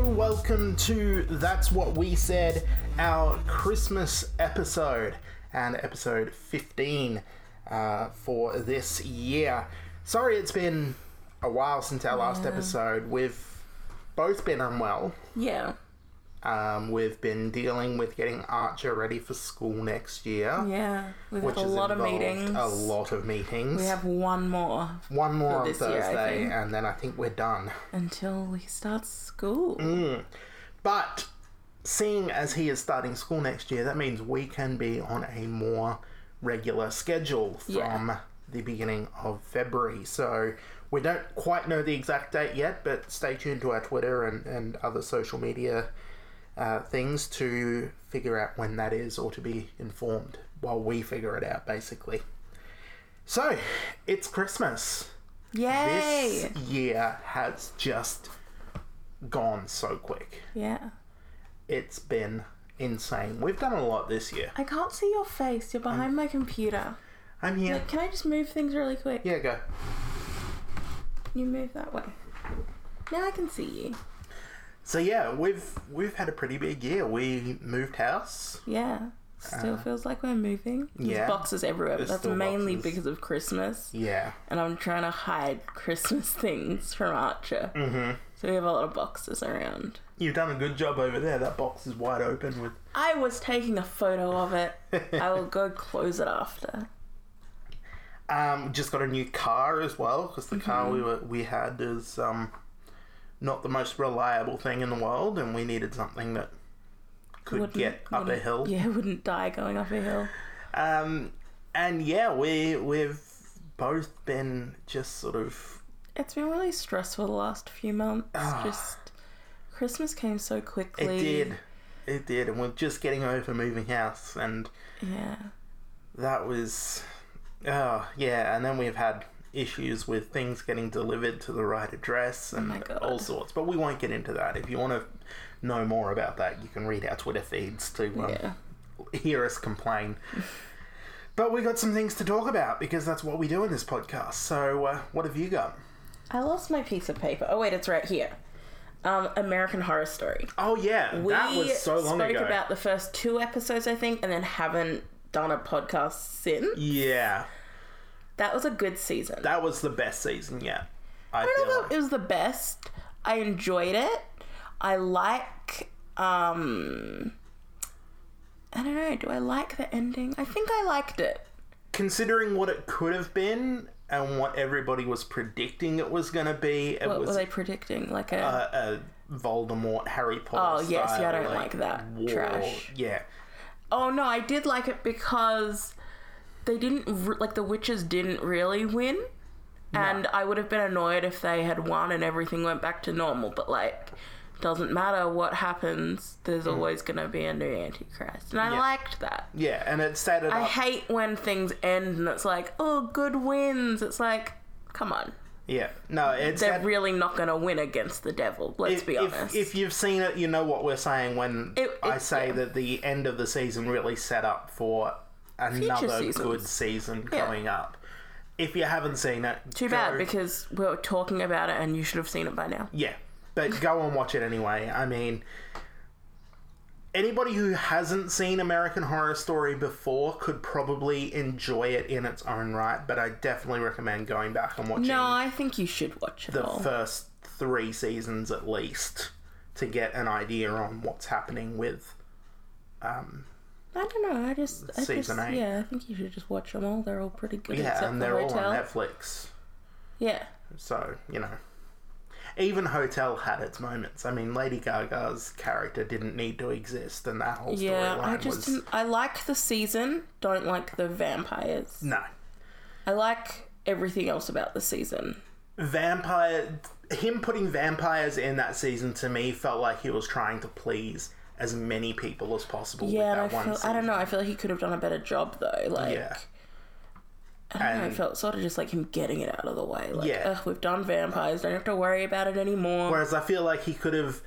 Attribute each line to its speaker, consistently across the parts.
Speaker 1: welcome to That's What We Said, our Christmas episode, and episode 15 uh, for this year. Sorry it's been a while since our last episode. We've both been unwell.
Speaker 2: Yeah.
Speaker 1: Um, we've been dealing with getting Archer ready for school next year.
Speaker 2: Yeah. We've
Speaker 1: Which
Speaker 2: had a
Speaker 1: has
Speaker 2: lot of
Speaker 1: involved
Speaker 2: meetings.
Speaker 1: A lot of meetings.
Speaker 2: We have one more
Speaker 1: one more on
Speaker 2: this year, I
Speaker 1: Thursday,
Speaker 2: think.
Speaker 1: and then I think we're done.
Speaker 2: until he starts school.
Speaker 1: Mm, But seeing as he is starting school next year, that means we can be on a more regular schedule from
Speaker 2: Yeah.
Speaker 1: the beginning of February. So we don't quite know the exact date yet, but stay tuned to our Twitter and, and other social media uh, things to figure out when that is or to be informed while we figure it out, basically. So it's Christmas.
Speaker 2: Yay!
Speaker 1: This year has just gone so quick
Speaker 2: Yeah.
Speaker 1: it's been insane. We've done a lot this year.
Speaker 2: I can't see your face. You're behind my computer.
Speaker 1: I'm here.
Speaker 2: Can I just move things really quick?
Speaker 1: Yeah, go.
Speaker 2: You move that way. Now I can see you.
Speaker 1: So yeah, we've we've had a pretty big year. We moved house.
Speaker 2: Yeah. Still feels like we're moving. There's
Speaker 1: Uh, yeah.
Speaker 2: boxes everywhere, but
Speaker 1: There's
Speaker 2: that's
Speaker 1: still
Speaker 2: mainly
Speaker 1: boxes.
Speaker 2: because of Christmas.
Speaker 1: Yeah.
Speaker 2: And I'm trying to hide Christmas things from Archer. Mm-hmm. So we have a lot of boxes around.
Speaker 1: You've done a good job over there. That box is wide open with
Speaker 2: I was taking a photo of it. I will go close it after.
Speaker 1: um just got a new car as well because the car
Speaker 2: Mm-hmm.
Speaker 1: we were we had is um not the most reliable thing in the world and we needed something that could get up a
Speaker 2: wouldn't-
Speaker 1: hill.
Speaker 2: Yeah, wouldn't die going up a hill.
Speaker 1: Um and yeah, we we've both been just sort of
Speaker 2: It's been really stressful the last few months. Just Christmas came so
Speaker 1: Ah. It
Speaker 2: quickly.
Speaker 1: did. It did. And we're just getting over moving house. And
Speaker 2: Yeah.
Speaker 1: that was. Oh, yeah. And then we've had issues with things getting delivered to the right address and
Speaker 2: Oh my God.
Speaker 1: all sorts. But we won't get into that. If you want to know more about that, you can read our Twitter feeds to um,
Speaker 2: Yeah.
Speaker 1: hear us complain. But we got some things to talk about because that's what we do in this podcast. So, uh, what have you got?
Speaker 2: I lost my piece of paper. Oh wait, it's right here. Um, American Horror Story.
Speaker 1: Oh, yeah, that
Speaker 2: we
Speaker 1: was so long
Speaker 2: spoke
Speaker 1: ago.
Speaker 2: about the first two episodes, I think, and then haven't done a podcast since.
Speaker 1: yeah,
Speaker 2: That was a good season.
Speaker 1: that was the best season yet. I,
Speaker 2: I don't
Speaker 1: feel
Speaker 2: know
Speaker 1: like.
Speaker 2: if it was the best. I enjoyed it. I like. um I don't know. Do I like the ending? I think I liked it.
Speaker 1: considering what it could have been and what everybody was predicting it was going to be, it Uh,
Speaker 2: What
Speaker 1: was
Speaker 2: were they predicting? Like a
Speaker 1: a, a Voldemort Harry Potter.
Speaker 2: Oh, yes, yeah, I
Speaker 1: style,
Speaker 2: don't like that trash.
Speaker 1: Yeah,
Speaker 2: Oh no, I did like it because they didn't r- like the witches didn't really win. And I would have been annoyed if they had won and everything went back to normal, but like doesn't matter what happens, there's always going to be a new antichrist. And I
Speaker 1: Mm. Yeah.
Speaker 2: liked that.
Speaker 1: yeah, and it set it
Speaker 2: I
Speaker 1: up.
Speaker 2: hate when things end and it's like, "Oh, good wins." It's like, "Come on.
Speaker 1: yeah, no, it's
Speaker 2: They're
Speaker 1: set-
Speaker 2: really not going to win against the devil, let's
Speaker 1: if,
Speaker 2: be
Speaker 1: if-
Speaker 2: honest."
Speaker 1: If, you've seen it, you know what we're saying when
Speaker 2: It-
Speaker 1: I
Speaker 2: it-
Speaker 1: say
Speaker 2: yeah.
Speaker 1: that the end of the season really set up for another
Speaker 2: seasons.
Speaker 1: good season
Speaker 2: Yeah.
Speaker 1: coming up. If you haven't seen it,
Speaker 2: Too bad because we were talking about it and you should have seen it by now.
Speaker 1: Yeah, but go and watch it anyway. I mean, anybody who hasn't seen American Horror Story before could probably enjoy it in its own right, but I definitely recommend going back and watching
Speaker 2: No, I think you should watch it
Speaker 1: the
Speaker 2: all.
Speaker 1: first three seasons at least to get an idea on what's happening with. Um,
Speaker 2: I don't know. I just, I
Speaker 1: Season
Speaker 2: just,
Speaker 1: eight.
Speaker 2: yeah, I think you should just watch them all. They're all pretty good.
Speaker 1: yeah,
Speaker 2: except
Speaker 1: and
Speaker 2: the
Speaker 1: they're
Speaker 2: hotel.
Speaker 1: all on Netflix,
Speaker 2: Yeah,
Speaker 1: so you know. Even Hotel had its moments. I mean, Lady Gaga's character didn't need to exist, and that whole
Speaker 2: yeah.
Speaker 1: storyline
Speaker 2: I just,
Speaker 1: was
Speaker 2: didn't- I like the season. Don't like the vampires.
Speaker 1: No.
Speaker 2: I like everything else about the season.
Speaker 1: Vampire. Him putting vampires in that season to me felt like he was trying to please as many people as possible
Speaker 2: Yeah, and I
Speaker 1: with that one
Speaker 2: feel,
Speaker 1: season.
Speaker 2: I don't know. I feel like he could have done a better job though. Like,
Speaker 1: Yeah.
Speaker 2: I don't know. It
Speaker 1: And-
Speaker 2: felt sort of just like him getting it out of the way. Like,
Speaker 1: Yeah.
Speaker 2: ugh, we've done vampires. Don't have to worry about it anymore.
Speaker 1: Whereas I feel like he could have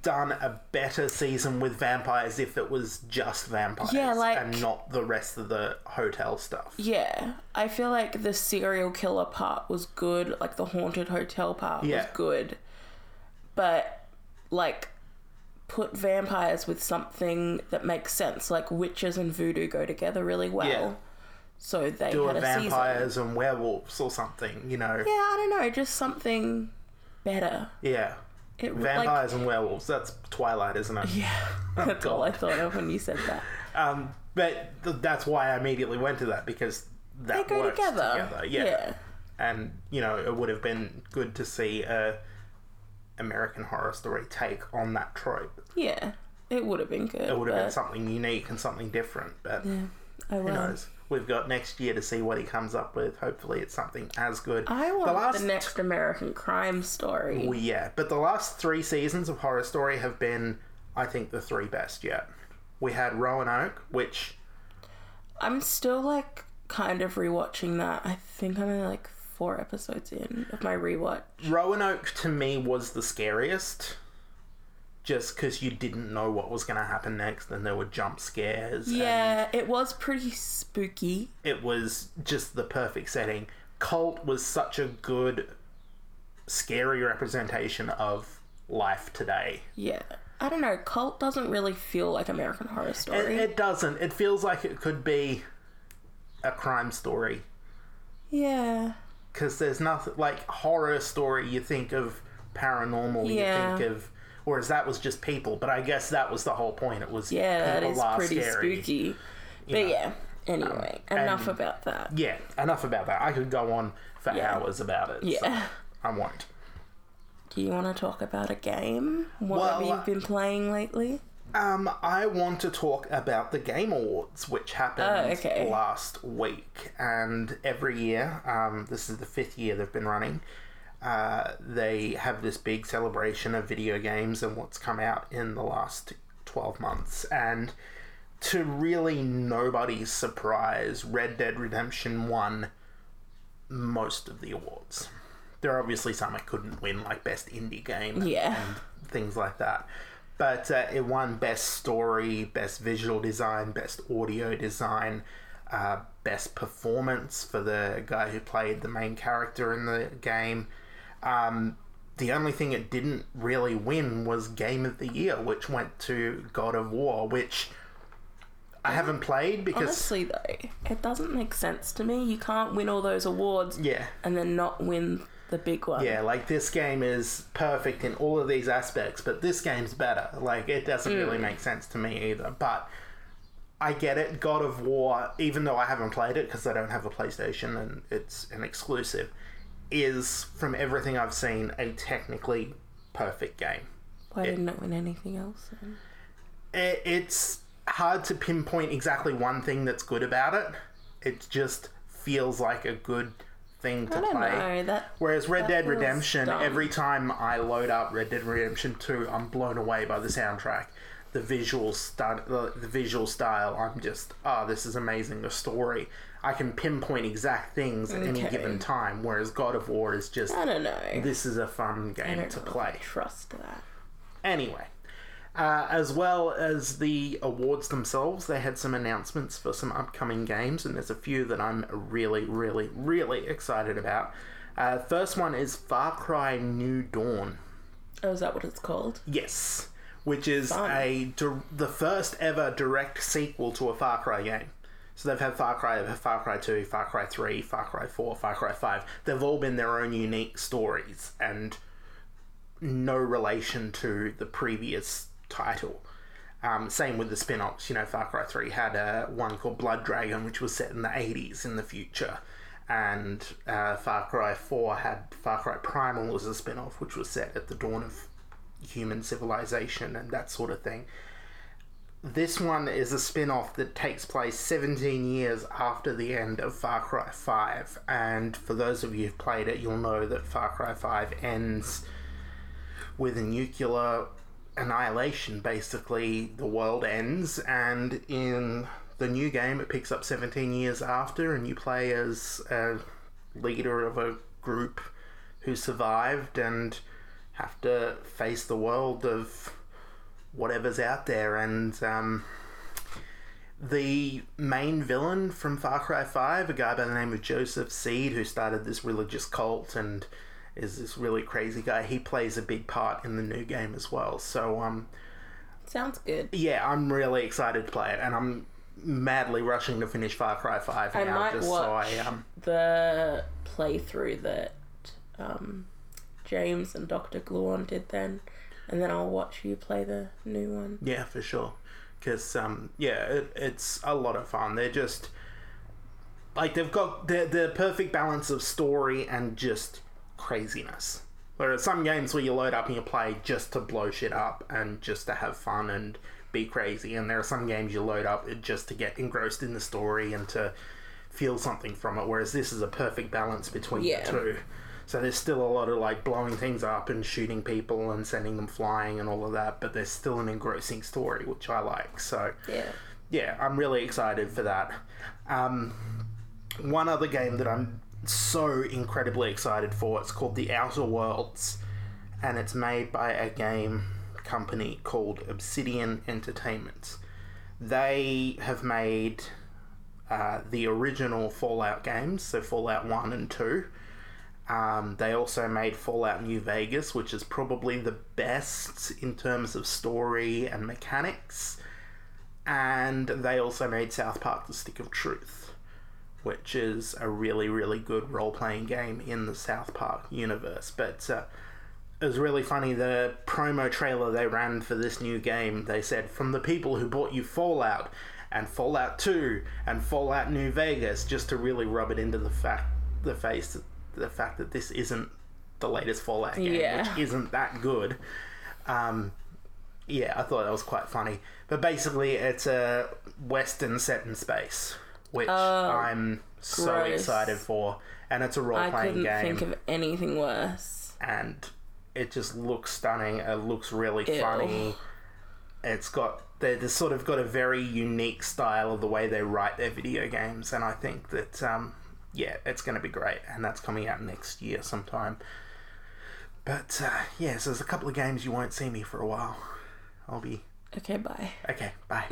Speaker 1: done a better season with vampires if it was just vampires
Speaker 2: Yeah, like-
Speaker 1: and not the rest of the hotel stuff.
Speaker 2: Yeah, I feel like the serial killer part was good, like the haunted hotel part
Speaker 1: Yeah.
Speaker 2: was good, but like put vampires with something that makes sense. Like witches and voodoo go together really well.
Speaker 1: Yeah.
Speaker 2: So they
Speaker 1: do
Speaker 2: had
Speaker 1: a
Speaker 2: a season.
Speaker 1: vampires and werewolves or something, you know.
Speaker 2: Yeah, I don't know, just something better.
Speaker 1: Yeah.
Speaker 2: It
Speaker 1: Vampires Oh, and werewolves. That's Twilight, isn't it?
Speaker 2: Like, yeah, that's all I thought of when you said that.
Speaker 1: Um, but th- that's why I immediately went to that because that
Speaker 2: They go
Speaker 1: works
Speaker 2: together.
Speaker 1: Yeah.
Speaker 2: yeah.
Speaker 1: and you know it would have been good to see a American Horror Story take on that trope.
Speaker 2: Yeah. It would have been good.
Speaker 1: It would have been
Speaker 2: but
Speaker 1: something unique and something different. But who
Speaker 2: I won't.
Speaker 1: knows? We've got next year to see what he comes up with. Hopefully, it's something as good.
Speaker 2: I want the,
Speaker 1: last
Speaker 2: next American crime story.
Speaker 1: Well, yeah, but the last three seasons of Horror Story have been, I think, the three best yet. We had Roanoke, which
Speaker 2: I'm still like kind of rewatching that. I think I'm in like four episodes in of my rewatch.
Speaker 1: Roanoke to me was the scariest, just because you didn't know what was going to happen next, and there were jump scares. and
Speaker 2: Yeah, it was pretty spooky.
Speaker 1: it was just the perfect setting. Cult was such a good, scary representation of life today.
Speaker 2: Yeah. I don't know, cult doesn't really feel like American horror
Speaker 1: It,
Speaker 2: story.
Speaker 1: it doesn't. It feels like it could be a crime story.
Speaker 2: yeah.
Speaker 1: because there's nothing like horror story. You think of paranormal.
Speaker 2: Yeah.
Speaker 1: You think of, whereas that was just people. But I guess that was the whole point. It was
Speaker 2: Yeah, that
Speaker 1: people
Speaker 2: is
Speaker 1: are
Speaker 2: pretty
Speaker 1: scary. Um,
Speaker 2: spooky. But yeah, anyway, enough
Speaker 1: and-
Speaker 2: about that.
Speaker 1: Yeah, enough about that. I could go on for
Speaker 2: Yeah.
Speaker 1: hours about it. so
Speaker 2: Yeah.
Speaker 1: I won't.
Speaker 2: Do you want to talk about a game? What have
Speaker 1: Well,
Speaker 2: you been playing lately?
Speaker 1: Um, I want to talk about the Game Awards, which happened
Speaker 2: Oh, okay.
Speaker 1: last week. And every year, um, this is the fifth year they've been running, uh, they have this big celebration of video games and what's come out in the last 12 months. And to really nobody's surprise, Red Dead Redemption won most of the awards. There are obviously some it couldn't win, like Best Indie Game
Speaker 2: Yeah.
Speaker 1: things like that. But uh, it won best story, best visual design, best audio design, uh, best performance for the guy who played the main character in the game. Um, the only thing it didn't really win was game of the year, which went to God of War, which I haven't played because
Speaker 2: Honestly, though, it doesn't make sense to me. You can't win all those awards
Speaker 1: yeah,
Speaker 2: and then not win the big one.
Speaker 1: Yeah, like this game is perfect in all of these aspects, but this game's better. Like it doesn't
Speaker 2: Mm.
Speaker 1: really make sense to me either. But I get it. God of War, even though I haven't played it because I don't have a PlayStation and it's an exclusive, is from everything I've seen a technically perfect game.
Speaker 2: Why didn't it win anything else? then?
Speaker 1: I- It's hard to pinpoint exactly one thing that's good about it. It just feels like a good thing to
Speaker 2: I don't
Speaker 1: play.
Speaker 2: know. That
Speaker 1: Whereas Red Dead
Speaker 2: feels
Speaker 1: Redemption,
Speaker 2: dumb.
Speaker 1: every time I load up Red Dead Redemption 2, I'm blown away by the soundtrack, the visual stu- the, the visual style. I'm just, oh, this is amazing. The story, I can pinpoint exact things at any
Speaker 2: Okay.
Speaker 1: given time. Whereas God of War is just,
Speaker 2: I don't know.
Speaker 1: this is a fun
Speaker 2: I
Speaker 1: game
Speaker 2: don't
Speaker 1: to
Speaker 2: really
Speaker 1: play.
Speaker 2: Trust that.
Speaker 1: Anyway, uh, as well as the awards themselves, they had some announcements for some upcoming games, and there's a few that I'm really, really, really excited about. Uh, first one is Far Cry New Dawn.
Speaker 2: Oh, is that what it's called?
Speaker 1: Yes, which is
Speaker 2: Fun.
Speaker 1: a dir- the first ever direct sequel to a Far Cry game. So they've had Far Cry, Far Cry Two, Far Cry Three, Far Cry Four, Far Cry Five. They've all been their own unique stories and no relation to the previous title. Um, same with the spin-offs. You know, Far Cry Three had a one called Blood Dragon, which was set in the '80s in the future, and uh, Far Cry Four had Far Cry Primal as a spin-off, which was set at the dawn of human civilization and that sort of thing. This one is a spin off that takes place 17 years after the end of Far Cry 5. And for those of you who've played it, you'll know that Far Cry 5 ends with a nuclear annihilation. Basically, the world ends, and in the new game, it picks up 17 years after, and you play as a leader of a group who survived and have to face the world of whatever's out there. And um, the main villain from Far Cry 5, a guy by the name of Joseph Seed, who started this religious cult and is this really crazy guy, he plays a big part in the new game as well. So um,
Speaker 2: Sounds good.
Speaker 1: Yeah, I'm really excited to play it, and I'm madly rushing to finish Far Cry Five
Speaker 2: I
Speaker 1: now,
Speaker 2: might
Speaker 1: just
Speaker 2: watch
Speaker 1: so I um,
Speaker 2: the playthrough that um, James and Doctor Gluon did then, and then I'll watch you play the new one.
Speaker 1: yeah, for sure. Because um, yeah, it, it's a lot of fun. They're just like they've got the the perfect balance of story and just craziness. Whereas some games where you load up and you play just to blow shit up and just to have fun and be crazy, and there are some games you load up just to get engrossed in the story and to feel something from it. Whereas this is a perfect balance between
Speaker 2: Yeah.
Speaker 1: the two. So there's still a lot of like blowing things up and shooting people and sending them flying and all of that, but there's still an engrossing story which I like. So
Speaker 2: Yeah.
Speaker 1: yeah, I'm really excited for that. Um, one other game that I'm so incredibly excited for, it's called The Outer Worlds, and it's made by a game company called Obsidian Entertainment. They have made uh, the original Fallout games, so Fallout 1 and 2. Um, they also made Fallout New Vegas, which is probably the best in terms of story and mechanics and they also made South Park: The Stick of Truth, which is a really really good role playing game in the South Park universe. But uh, it was really funny the promo trailer they ran for this new game. They said from the people who bought you Fallout and Fallout Two and Fallout New Vegas, just to really rub it into the fact the face the fact that this isn't the latest Fallout game,
Speaker 2: Yeah.
Speaker 1: which isn't that good. Um, yeah, I thought that was quite funny. But basically, it's a western set in space, which I'm so
Speaker 2: Oh, gross.
Speaker 1: excited for, and it's a role
Speaker 2: I
Speaker 1: playing
Speaker 2: couldn't
Speaker 1: game,
Speaker 2: think of anything worse.
Speaker 1: and it just looks stunning. It looks really funny. It's got they they sort of got a very unique style of the way they write their video games, and I think that um, yeah, it's going to be great, and that's coming out next year sometime. But uh, yeah, so there's a couple of games you won't see me for a while. I'll be
Speaker 2: Okay, bye.
Speaker 1: Okay, bye.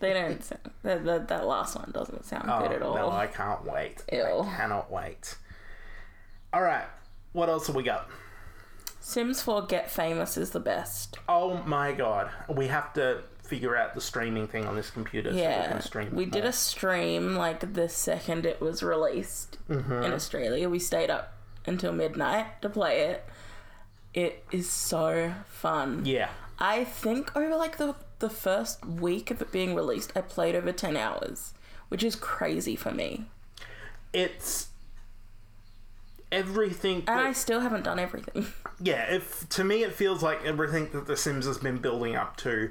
Speaker 2: They don't. sound, that, that that last one doesn't sound good at all.
Speaker 1: Oh, No, I can't wait.
Speaker 2: Ew.
Speaker 1: I cannot wait. All right, what else have we got?
Speaker 2: Sims 4 Get Famous is the best.
Speaker 1: Oh my god, we have to figure out the streaming thing on this computer so we
Speaker 2: Yeah,
Speaker 1: can stream.
Speaker 2: we
Speaker 1: it
Speaker 2: did
Speaker 1: more.
Speaker 2: a stream like the second it was released
Speaker 1: Mm-hmm.
Speaker 2: in Australia. We stayed up until midnight to play it. It is so fun.
Speaker 1: yeah,
Speaker 2: I think over like the the first week of it being released, I played over ten hours, which is crazy for me.
Speaker 1: it's everything.
Speaker 2: And
Speaker 1: that-
Speaker 2: I still haven't done everything.
Speaker 1: yeah, if to me it feels like everything that The Sims has been building up to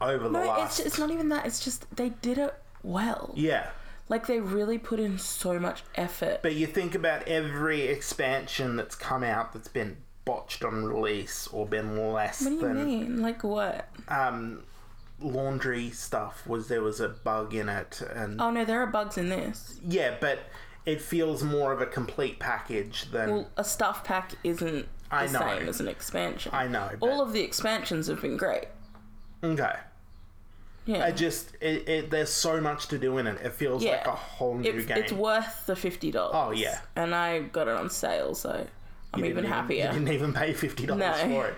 Speaker 1: over the
Speaker 2: No,
Speaker 1: last.
Speaker 2: it's it's not even that. It's just they did it well.
Speaker 1: yeah,
Speaker 2: Like they really put in so much effort.
Speaker 1: But you think about every expansion that's come out that's been botched on release or been less
Speaker 2: what do you
Speaker 1: than
Speaker 2: mean? Like what?
Speaker 1: um, laundry stuff was there was a bug in it and
Speaker 2: Oh no, there are bugs in this.
Speaker 1: yeah but it feels more of a complete package than
Speaker 2: Well, a staff pack isn't the
Speaker 1: I know.
Speaker 2: same as an expansion.
Speaker 1: i know but,
Speaker 2: All of the expansions have been great.
Speaker 1: okay
Speaker 2: Yeah.
Speaker 1: i just it, it, there's so much to do in it it feels like
Speaker 2: Yeah.
Speaker 1: a whole new
Speaker 2: it's,
Speaker 1: game
Speaker 2: it's worth the fifty dollars.
Speaker 1: Oh, yeah.
Speaker 2: and I got it on sale, so I'm even happier.
Speaker 1: You didn't even pay fifty dollars
Speaker 2: No.
Speaker 1: for it.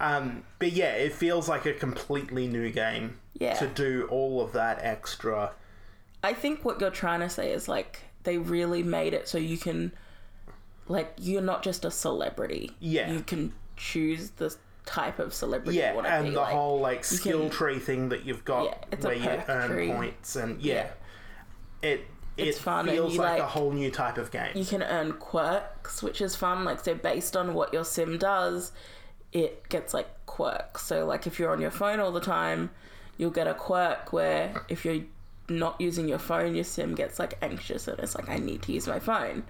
Speaker 1: Um, but yeah, it feels like a completely new game
Speaker 2: Yeah.
Speaker 1: to do all of that extra.
Speaker 2: I think what you're trying to say is like they really made it so you can, like, you're not just a celebrity.
Speaker 1: Yeah.
Speaker 2: you can choose the type of celebrity you
Speaker 1: Yeah,
Speaker 2: want to be.
Speaker 1: and the
Speaker 2: like,
Speaker 1: whole like skill
Speaker 2: can-
Speaker 1: tree thing that you've got
Speaker 2: Yeah, it's a
Speaker 1: where you
Speaker 2: perk
Speaker 1: earn
Speaker 2: tree.
Speaker 1: points and yeah, it it
Speaker 2: It's fun and
Speaker 1: feels
Speaker 2: you,
Speaker 1: like, a
Speaker 2: like-
Speaker 1: whole new type of game.
Speaker 2: you can earn quirks, which is fun. Like, so based on what your sim does, it gets like quirks. So, like, if you're on your phone all the time, you'll get a quirk where if you're not using your phone, your sim gets like anxious and it's like, I need to use my phone.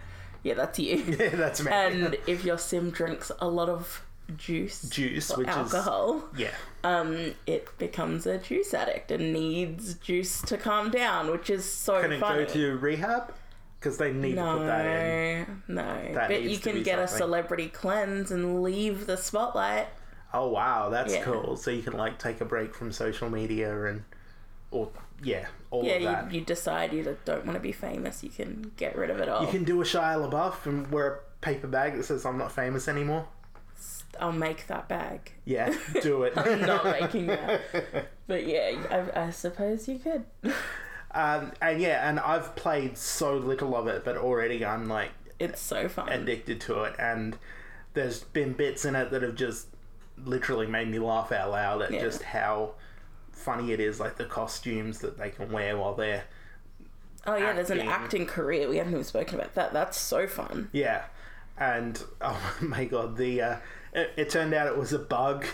Speaker 2: Yeah, that's you.
Speaker 1: Yeah, That's me.
Speaker 2: and if your sim drinks a lot of juice,
Speaker 1: Juice,
Speaker 2: or
Speaker 1: which is-
Speaker 2: alcohol,
Speaker 1: yeah,
Speaker 2: um, it becomes a juice addict and needs juice to calm down, which is so
Speaker 1: can it
Speaker 2: funny.
Speaker 1: go to rehab? Because they need to
Speaker 2: No,
Speaker 1: put that in.
Speaker 2: no.
Speaker 1: That
Speaker 2: but
Speaker 1: needs
Speaker 2: you
Speaker 1: to
Speaker 2: can
Speaker 1: be
Speaker 2: get a
Speaker 1: something.
Speaker 2: celebrity cleanse and leave the spotlight.
Speaker 1: Oh wow, that's
Speaker 2: Yeah.
Speaker 1: cool. So you can like take a break from social media and or yeah, all of that.
Speaker 2: Yeah, you, you decide you don't want to be famous. You can get rid of it all.
Speaker 1: You can do a Shia LaBeouf and wear a paper bag that says "I'm not famous anymore."
Speaker 2: I'll make that bag.
Speaker 1: Yeah, do it.
Speaker 2: I'm not making that. But yeah, I, I suppose you could.
Speaker 1: um, and yeah, and I've played so little of it, but already I'm like
Speaker 2: It's so fun.
Speaker 1: addicted to it. And there's been bits in it that have just literally made me laugh out loud at
Speaker 2: Yeah.
Speaker 1: just how funny it is, like the costumes that they can wear while they're
Speaker 2: oh yeah, there's an
Speaker 1: acting.
Speaker 2: acting career. We haven't even spoken about that. That's so fun.
Speaker 1: Yeah, and oh my god, the uh, it, it turned out it was a bug,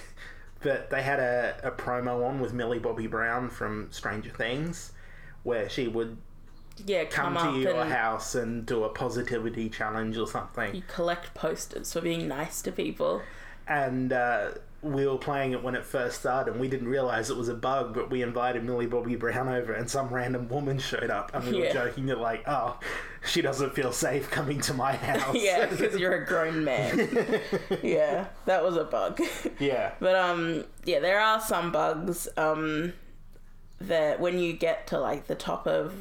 Speaker 1: but they had a, a promo on with Millie Bobby Brown from Stranger Things, where she would
Speaker 2: Yeah, come,
Speaker 1: come,
Speaker 2: up
Speaker 1: to your
Speaker 2: and
Speaker 1: house and do a positivity challenge or something.
Speaker 2: you collect posters for being nice to people.
Speaker 1: And uh, we were playing it when it first started, and we didn't realize it was a bug, but we invited Millie Bobby Brown over, and some random woman showed up, and we
Speaker 2: Yeah.
Speaker 1: were joking that like, oh, she doesn't feel safe coming to my house.
Speaker 2: Yeah, because you're a grown man. yeah, that was a bug.
Speaker 1: yeah.
Speaker 2: But um, yeah, there are some bugs um that when you get to like the top of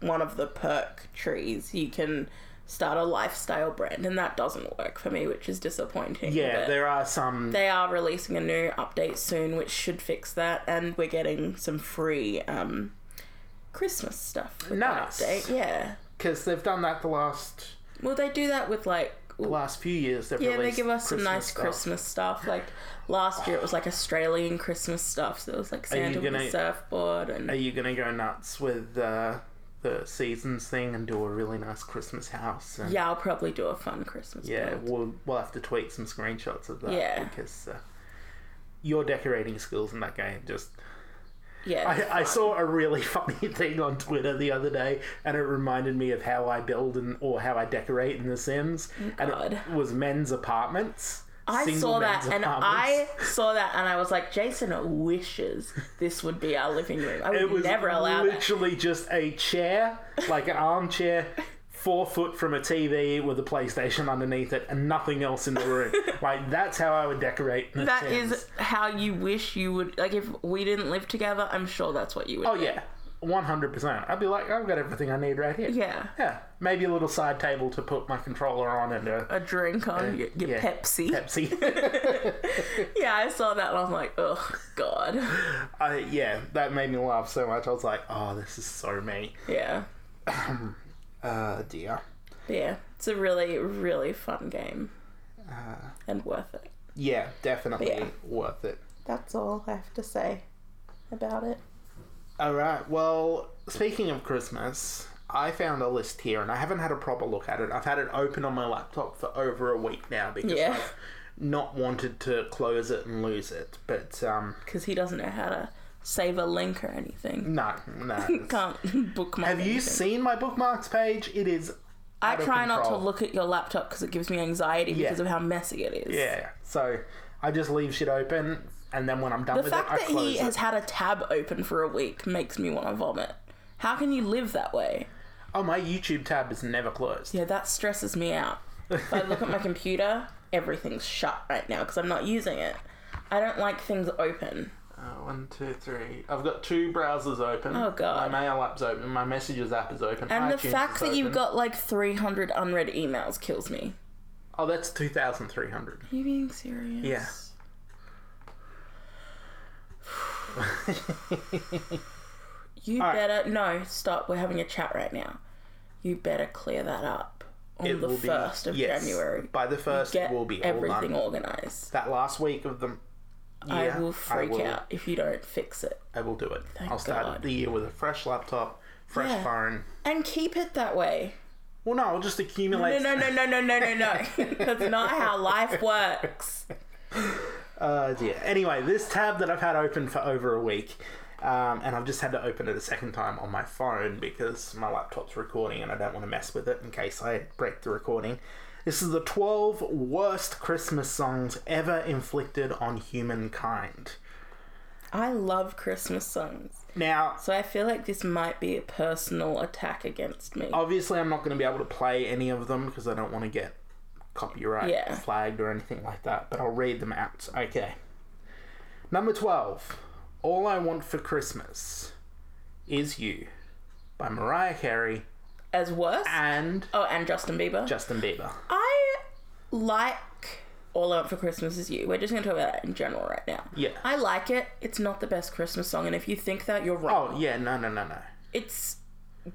Speaker 2: one of the perk trees, you can start a lifestyle brand, and that doesn't work for me, which is disappointing.
Speaker 1: Yeah,
Speaker 2: but
Speaker 1: there are some
Speaker 2: they are releasing a new update soon, which should fix that, and we're getting some free um Christmas stuff. With
Speaker 1: Nice.
Speaker 2: That update. Yeah.
Speaker 1: because they've done that the last
Speaker 2: Well, they do that with like.
Speaker 1: the last few years. They've
Speaker 2: Yeah, they
Speaker 1: released
Speaker 2: give us some
Speaker 1: Christmas
Speaker 2: nice
Speaker 1: stuff.
Speaker 2: Christmas stuff. Like last year, it was like Australian Christmas stuff. So it was like Santa with
Speaker 1: gonna-
Speaker 2: a surfboard and
Speaker 1: Are you gonna go nuts with uh, the seasons thing and do a really nice Christmas house? And,
Speaker 2: yeah, I'll probably do a fun Christmas.
Speaker 1: yeah,
Speaker 2: build.
Speaker 1: we'll we'll have to tweet some screenshots of that.
Speaker 2: Yeah.
Speaker 1: because uh, your decorating skills in that game just.
Speaker 2: yeah.
Speaker 1: I, I saw a really funny thing on Twitter the other day, and it reminded me of how I build and or how I decorate in The Sims, and
Speaker 2: Oh God.
Speaker 1: it was men's apartments.
Speaker 2: I
Speaker 1: single
Speaker 2: saw that
Speaker 1: men's
Speaker 2: and I
Speaker 1: apartments.
Speaker 2: saw that and I was like, Jason wishes this would be our living room. I
Speaker 1: It
Speaker 2: would
Speaker 1: was
Speaker 2: never allow that.
Speaker 1: literally just a chair, like an armchair, four foot from a TV with a PlayStation underneath it, and nothing else in the room. like that's how I would decorate. The
Speaker 2: That
Speaker 1: Sims.
Speaker 2: is how you wish you would. Like if we didn't live together, I'm sure that's what you would.
Speaker 1: Oh yeah, one hundred percent. I'd be like, I've got everything I need right here.
Speaker 2: Yeah.
Speaker 1: Yeah, maybe a little side table to put my controller on and a
Speaker 2: A drink on your, your
Speaker 1: Uh, yeah.
Speaker 2: Pepsi.
Speaker 1: Pepsi.
Speaker 2: Yeah, I saw that and I was like, oh god.
Speaker 1: I, yeah, that made me laugh so much. I was like, oh, this is so me.
Speaker 2: Yeah.
Speaker 1: Uh, dear.
Speaker 2: Yeah, it's a really, really fun game.
Speaker 1: Uh.
Speaker 2: and worth it.
Speaker 1: Yeah, definitely
Speaker 2: Yeah.
Speaker 1: worth it.
Speaker 2: That's all I have to say about it.
Speaker 1: All right. Well, speaking of Christmas, I found a list here, and I haven't had a proper look at it. I've had it open on my laptop for over a week now because
Speaker 2: Yeah.
Speaker 1: I've not wanted to close it and lose it. But um,
Speaker 2: Because he doesn't know how to save a link or anything.
Speaker 1: no, no.
Speaker 2: Can't bookmark.
Speaker 1: Mm. Have you
Speaker 2: anything.
Speaker 1: seen my bookmarks page? It is.
Speaker 2: I
Speaker 1: out of
Speaker 2: try not to
Speaker 1: control.
Speaker 2: look at your laptop because it gives me anxiety because of how messy it is.
Speaker 1: Yeah. So I just leave shit open, and then when I'm done
Speaker 2: The
Speaker 1: with
Speaker 2: fact
Speaker 1: it, I
Speaker 2: that
Speaker 1: close
Speaker 2: he
Speaker 1: it.
Speaker 2: has had a tab open for a week makes me want to vomit. How can you live that way?
Speaker 1: Oh, my YouTube tab is never closed.
Speaker 2: Yeah, that stresses me out. If I look at my computer, everything's shut right now because I'm not using it. I don't like things open.
Speaker 1: Uh, one, two, three. I've got two browsers open.
Speaker 2: Oh, God.
Speaker 1: My mail app's open. My messages app is open.
Speaker 2: And the
Speaker 1: iTunes
Speaker 2: fact
Speaker 1: is
Speaker 2: that you've
Speaker 1: open.
Speaker 2: got like 300 unread emails kills me.
Speaker 1: Oh, that's 2,300.
Speaker 2: Are you being serious?
Speaker 1: Yeah.
Speaker 2: You
Speaker 1: All right.
Speaker 2: better. No, stop. We're having a chat right now. You better clear that up on the 1st of
Speaker 1: yes,
Speaker 2: January.
Speaker 1: By the 1st,
Speaker 2: Get
Speaker 1: it will be all
Speaker 2: everything
Speaker 1: done.
Speaker 2: organized.
Speaker 1: That last week of the year,
Speaker 2: I will freak
Speaker 1: will-
Speaker 2: out if you don't fix it.
Speaker 1: I will do it. I'll start
Speaker 2: God.
Speaker 1: the year with a fresh laptop, fresh
Speaker 2: Yeah.
Speaker 1: phone.
Speaker 2: And keep it that way.
Speaker 1: Well, no, I'll just accumulate.
Speaker 2: No, no, no, no, no, no, no. That's not how life works.
Speaker 1: Uh, dear. Anyway, this tab that I've had open for over a week, um, and I've just had to open it a second time on my phone because my laptop's recording and I don't want to mess with it in case I break the recording. This is the 12 worst Christmas songs ever inflicted on humankind.
Speaker 2: I love Christmas songs.
Speaker 1: Now,
Speaker 2: So I feel like this might be a personal attack against me.
Speaker 1: obviously, I'm not going to be able to play any of them because I don't want to get copyright
Speaker 2: Yeah.
Speaker 1: flagged or anything like that, but I'll read them out. Okay. Number 12 All I Want for Christmas Is You by Mariah Carey
Speaker 2: As worse?
Speaker 1: and
Speaker 2: oh, and Justin Bieber.
Speaker 1: Justin Bieber.
Speaker 2: I like All I Want for Christmas Is You. We're just going to talk about that in general right now.
Speaker 1: Yeah.
Speaker 2: I like it. It's not the best Christmas song, and if you think that, you're wrong.
Speaker 1: Oh yeah, no, no, no, no.
Speaker 2: It's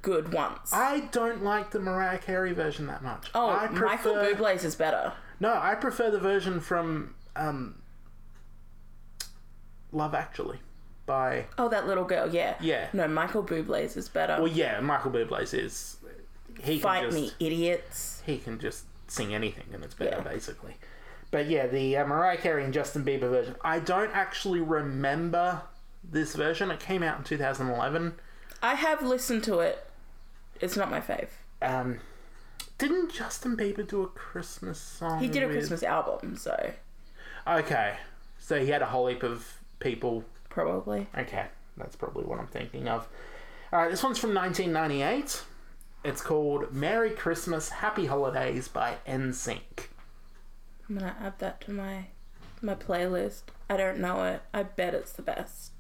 Speaker 2: good once.
Speaker 1: I don't like the Mariah Carey version that much.
Speaker 2: oh,
Speaker 1: I
Speaker 2: Michael Bublé's is better.
Speaker 1: No, I prefer the version from um, Love Actually by.
Speaker 2: Oh, that little girl, yeah.
Speaker 1: Yeah.
Speaker 2: No, Michael Bublé's is better.
Speaker 1: Well, yeah, Michael Bublé's is. He
Speaker 2: Fight
Speaker 1: can just,
Speaker 2: me, idiots.
Speaker 1: He can just sing anything, and it's better
Speaker 2: Yeah.
Speaker 1: basically. But yeah, the uh, Mariah Carey and Justin Bieber version. I don't actually remember this version. It came out in 2011.
Speaker 2: I have listened to it. It's not my fave.
Speaker 1: Um, didn't Justin Bieber do a Christmas song?
Speaker 2: He did a
Speaker 1: with-
Speaker 2: Christmas album, so
Speaker 1: Okay, so he had a whole heap of people
Speaker 2: probably.
Speaker 1: Okay, that's probably what I'm thinking of. All right, this one's from 1998. It's called "Merry Christmas, Happy Holidays" by NSYNC.
Speaker 2: I'm gonna add that to my my playlist. I don't know it. I bet it's the best.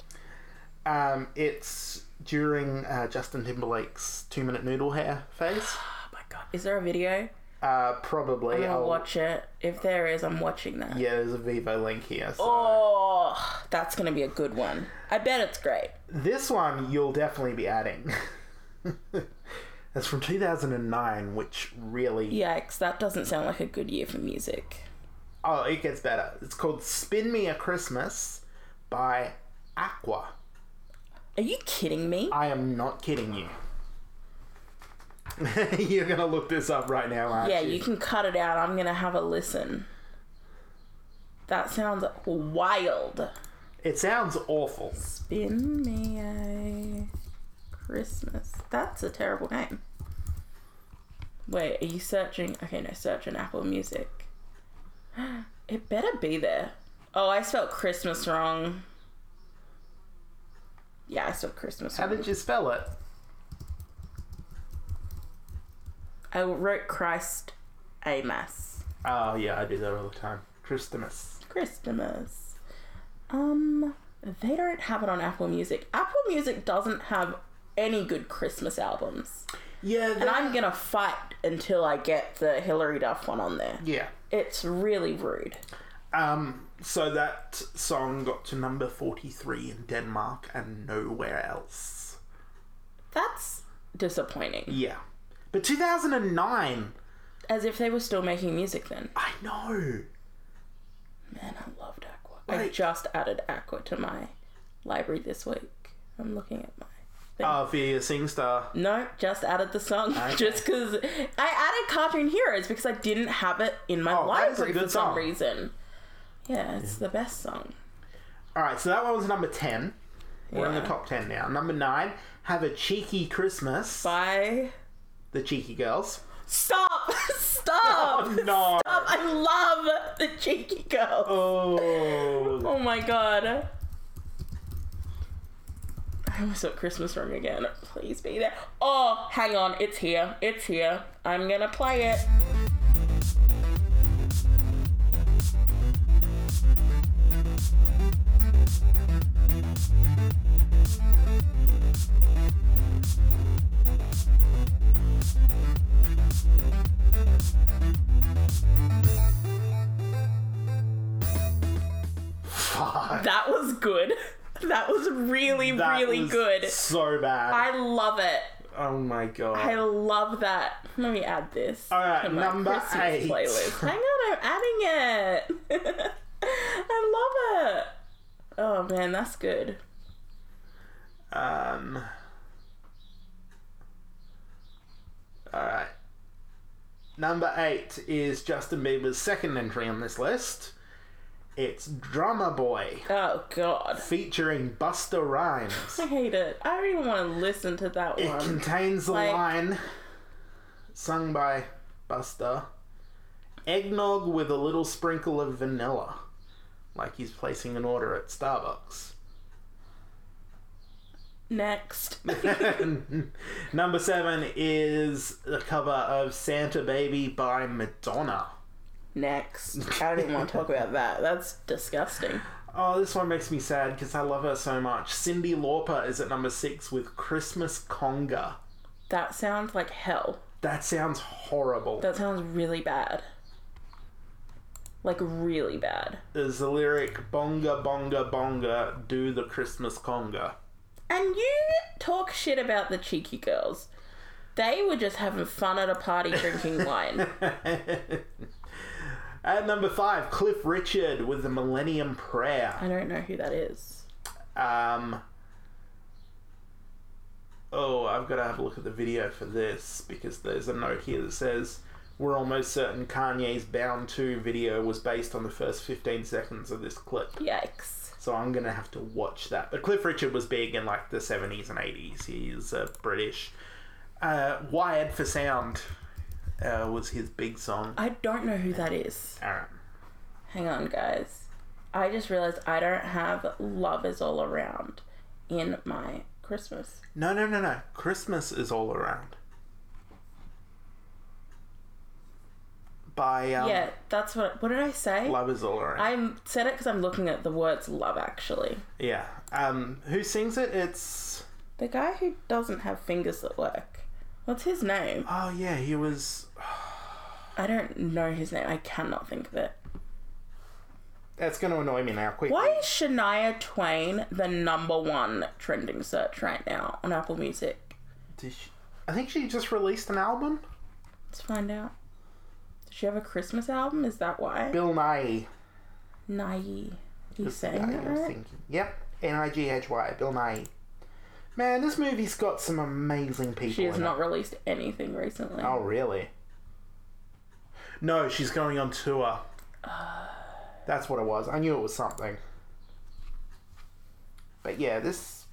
Speaker 1: Um, it's during uh, Justin Timberlake's two-minute noodle hair phase.
Speaker 2: Oh my god. Is there a video?
Speaker 1: Uh, probably.
Speaker 2: I'll
Speaker 1: I'll-
Speaker 2: watch it. If there is, I'm watching that.
Speaker 1: Yeah, there's a Vivo link here. So.
Speaker 2: Oh, that's gonna be a good one. I bet it's great.
Speaker 1: This one you'll definitely be adding. That's from 2009, which really.
Speaker 2: Yikes, that doesn't sound like a good year for music.
Speaker 1: Oh, it gets better. It's called Spin Me a Christmas by Aqua.
Speaker 2: Are you kidding me?
Speaker 1: I am not kidding you. You're gonna look this up right now, aren't
Speaker 2: yeah,
Speaker 1: you?
Speaker 2: you can cut it out. I'm gonna have a listen. That sounds wild.
Speaker 1: It sounds awful.
Speaker 2: Spin me a Christmas. That's a terrible name. Wait, are you searching? Okay, no, search in Apple Music. It better be there. Oh, I spelled Christmas wrong. Yeah, I spelled Christmas
Speaker 1: How
Speaker 2: wrong.
Speaker 1: did you spell it?
Speaker 2: I wrote Christ Amos.
Speaker 1: Oh yeah, I do that all the time. Christmas.
Speaker 2: Christmas. Um, they don't have it on Apple Music. Apple Music doesn't have any good Christmas albums.
Speaker 1: Yeah, that,
Speaker 2: And I'm gonna fight until I get the Hillary Duff one on there.
Speaker 1: yeah.
Speaker 2: It's really rude.
Speaker 1: Um, so that song got to number forty-three in Denmark and nowhere else.
Speaker 2: That's disappointing.
Speaker 1: Yeah, but two thousand and nine.
Speaker 2: As if they were still making music then.
Speaker 1: I know.
Speaker 2: Man, I loved Aqua. I
Speaker 1: Right.
Speaker 2: just added Aqua to my library this week. I'm looking at my.
Speaker 1: Oh, for your SingStar.
Speaker 2: No, just added the song just because I added Cartoon Heroes because I didn't have it in my
Speaker 1: Oh, that is a
Speaker 2: library for
Speaker 1: good
Speaker 2: some
Speaker 1: song.
Speaker 2: reason. Yeah, it's the best song.
Speaker 1: All right, so that one was number ten. We're in the
Speaker 2: Yeah.
Speaker 1: top ten now. Number nine. Have a cheeky Christmas.
Speaker 2: Bye.
Speaker 1: The cheeky girls.
Speaker 2: Stop! Stop!
Speaker 1: Oh, no.
Speaker 2: Stop! Um, I love the cheeky girl.
Speaker 1: Oh.
Speaker 2: Oh my god. I almost at Christmas wrong again. Please be there. Oh, hang on. It's here. It's here. I'm gonna play it.
Speaker 1: Fuck.
Speaker 2: That was good. That was really,
Speaker 1: That
Speaker 2: really
Speaker 1: was
Speaker 2: good.
Speaker 1: So bad.
Speaker 2: I love it.
Speaker 1: oh my god.
Speaker 2: I love that. Let me add this.
Speaker 1: Alright,
Speaker 2: to my
Speaker 1: number
Speaker 2: Christmas
Speaker 1: eight.
Speaker 2: playlist. Hang on, I'm adding it. I love it. Oh man, that's good.
Speaker 1: um. All right. Number eight is Justin Bieber's second entry on this list. It's Drummer Boy
Speaker 2: Oh god.
Speaker 1: featuring Buster Rhymes.
Speaker 2: I hate it. I don't even want to listen to that
Speaker 1: It
Speaker 2: one.
Speaker 1: contains the
Speaker 2: like-
Speaker 1: line sung by Buster Eggnog with a little sprinkle of vanilla. Like he's placing an order at Starbucks.
Speaker 2: Next.
Speaker 1: Number seven is the cover of Santa Baby by Madonna.
Speaker 2: Next. I don't even want to talk about that. That's disgusting.
Speaker 1: Oh, this one makes me sad because I love her so much. Cindy Lauper is at number six with Christmas Conga.
Speaker 2: That sounds like hell.
Speaker 1: That sounds horrible.
Speaker 2: That sounds really bad. Like really bad.
Speaker 1: There's the lyric "Bonga Bonga Bonga, do the Christmas conga."
Speaker 2: And you talk shit about the cheeky girls. They were just having fun at a party drinking wine.
Speaker 1: At number five, Cliff Richard with the Millennium Prayer.
Speaker 2: I don't know who that is.
Speaker 1: Um, oh, I've got to have a look at the video for this because there's a note here that says we're almost certain Kanye's Bound 2 video was based on the first 15 seconds of this clip.
Speaker 2: Yikes.
Speaker 1: So I'm going to have to watch that. But Cliff Richard was big in like the 70s and 80s. He's uh, British. Uh, Wired for Sound uh, was his big song.
Speaker 2: I don't know who that is.
Speaker 1: Um,
Speaker 2: Hang on, guys. I just realized I don't have Love is All Around in my Christmas.
Speaker 1: no, no, no, no. Christmas is all around. By um,
Speaker 2: yeah, that's what. What did I say?
Speaker 1: Love is all around.
Speaker 2: I am said it because I'm looking at the words love, actually.
Speaker 1: Yeah. Um, who sings it? It's
Speaker 2: The guy who doesn't have fingers that work. What's his name?
Speaker 1: oh yeah, he was.
Speaker 2: I don't know his name. I cannot think of it.
Speaker 1: That's going to annoy me now. Quick.
Speaker 2: Why is Shania Twain the number one trending search right now on Apple Music?
Speaker 1: Did she- I think she just released an album.
Speaker 2: Let's find out. Does she have a Christmas album? Is that why?
Speaker 1: Bill Nye.
Speaker 2: Nye. You
Speaker 1: I
Speaker 2: saying that
Speaker 1: was
Speaker 2: right?
Speaker 1: thinking. Yep. N I G H Y. Bill Nye. Man, this movie's got some amazing people.
Speaker 2: She has
Speaker 1: in it.
Speaker 2: not released anything recently.
Speaker 1: Oh really? No, she's going on tour. That's what it was. I knew it was something. But yeah, this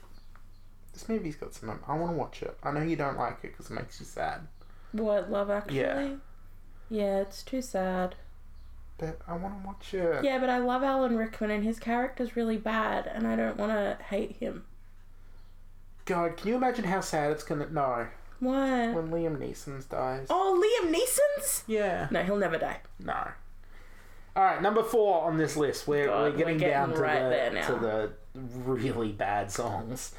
Speaker 1: this movie's got some. I want to watch it. I know you don't like it because it makes you sad.
Speaker 2: What, Love Actually?
Speaker 1: Yeah.
Speaker 2: Yeah, it's too sad.
Speaker 1: But I want to watch it.
Speaker 2: Yeah, but I love Alan Rickman and his character's really bad, and I don't want to hate him.
Speaker 1: God, can you imagine how sad it's gonna? No,
Speaker 2: What?
Speaker 1: when Liam Neeson dies.
Speaker 2: Oh, Liam Neeson's?
Speaker 1: Yeah.
Speaker 2: No, he'll never die.
Speaker 1: No. All right, number four on this list. We're,
Speaker 2: God,
Speaker 1: we're,
Speaker 2: we're
Speaker 1: getting,
Speaker 2: getting
Speaker 1: down to
Speaker 2: right
Speaker 1: the
Speaker 2: there now.
Speaker 1: to the really bad songs.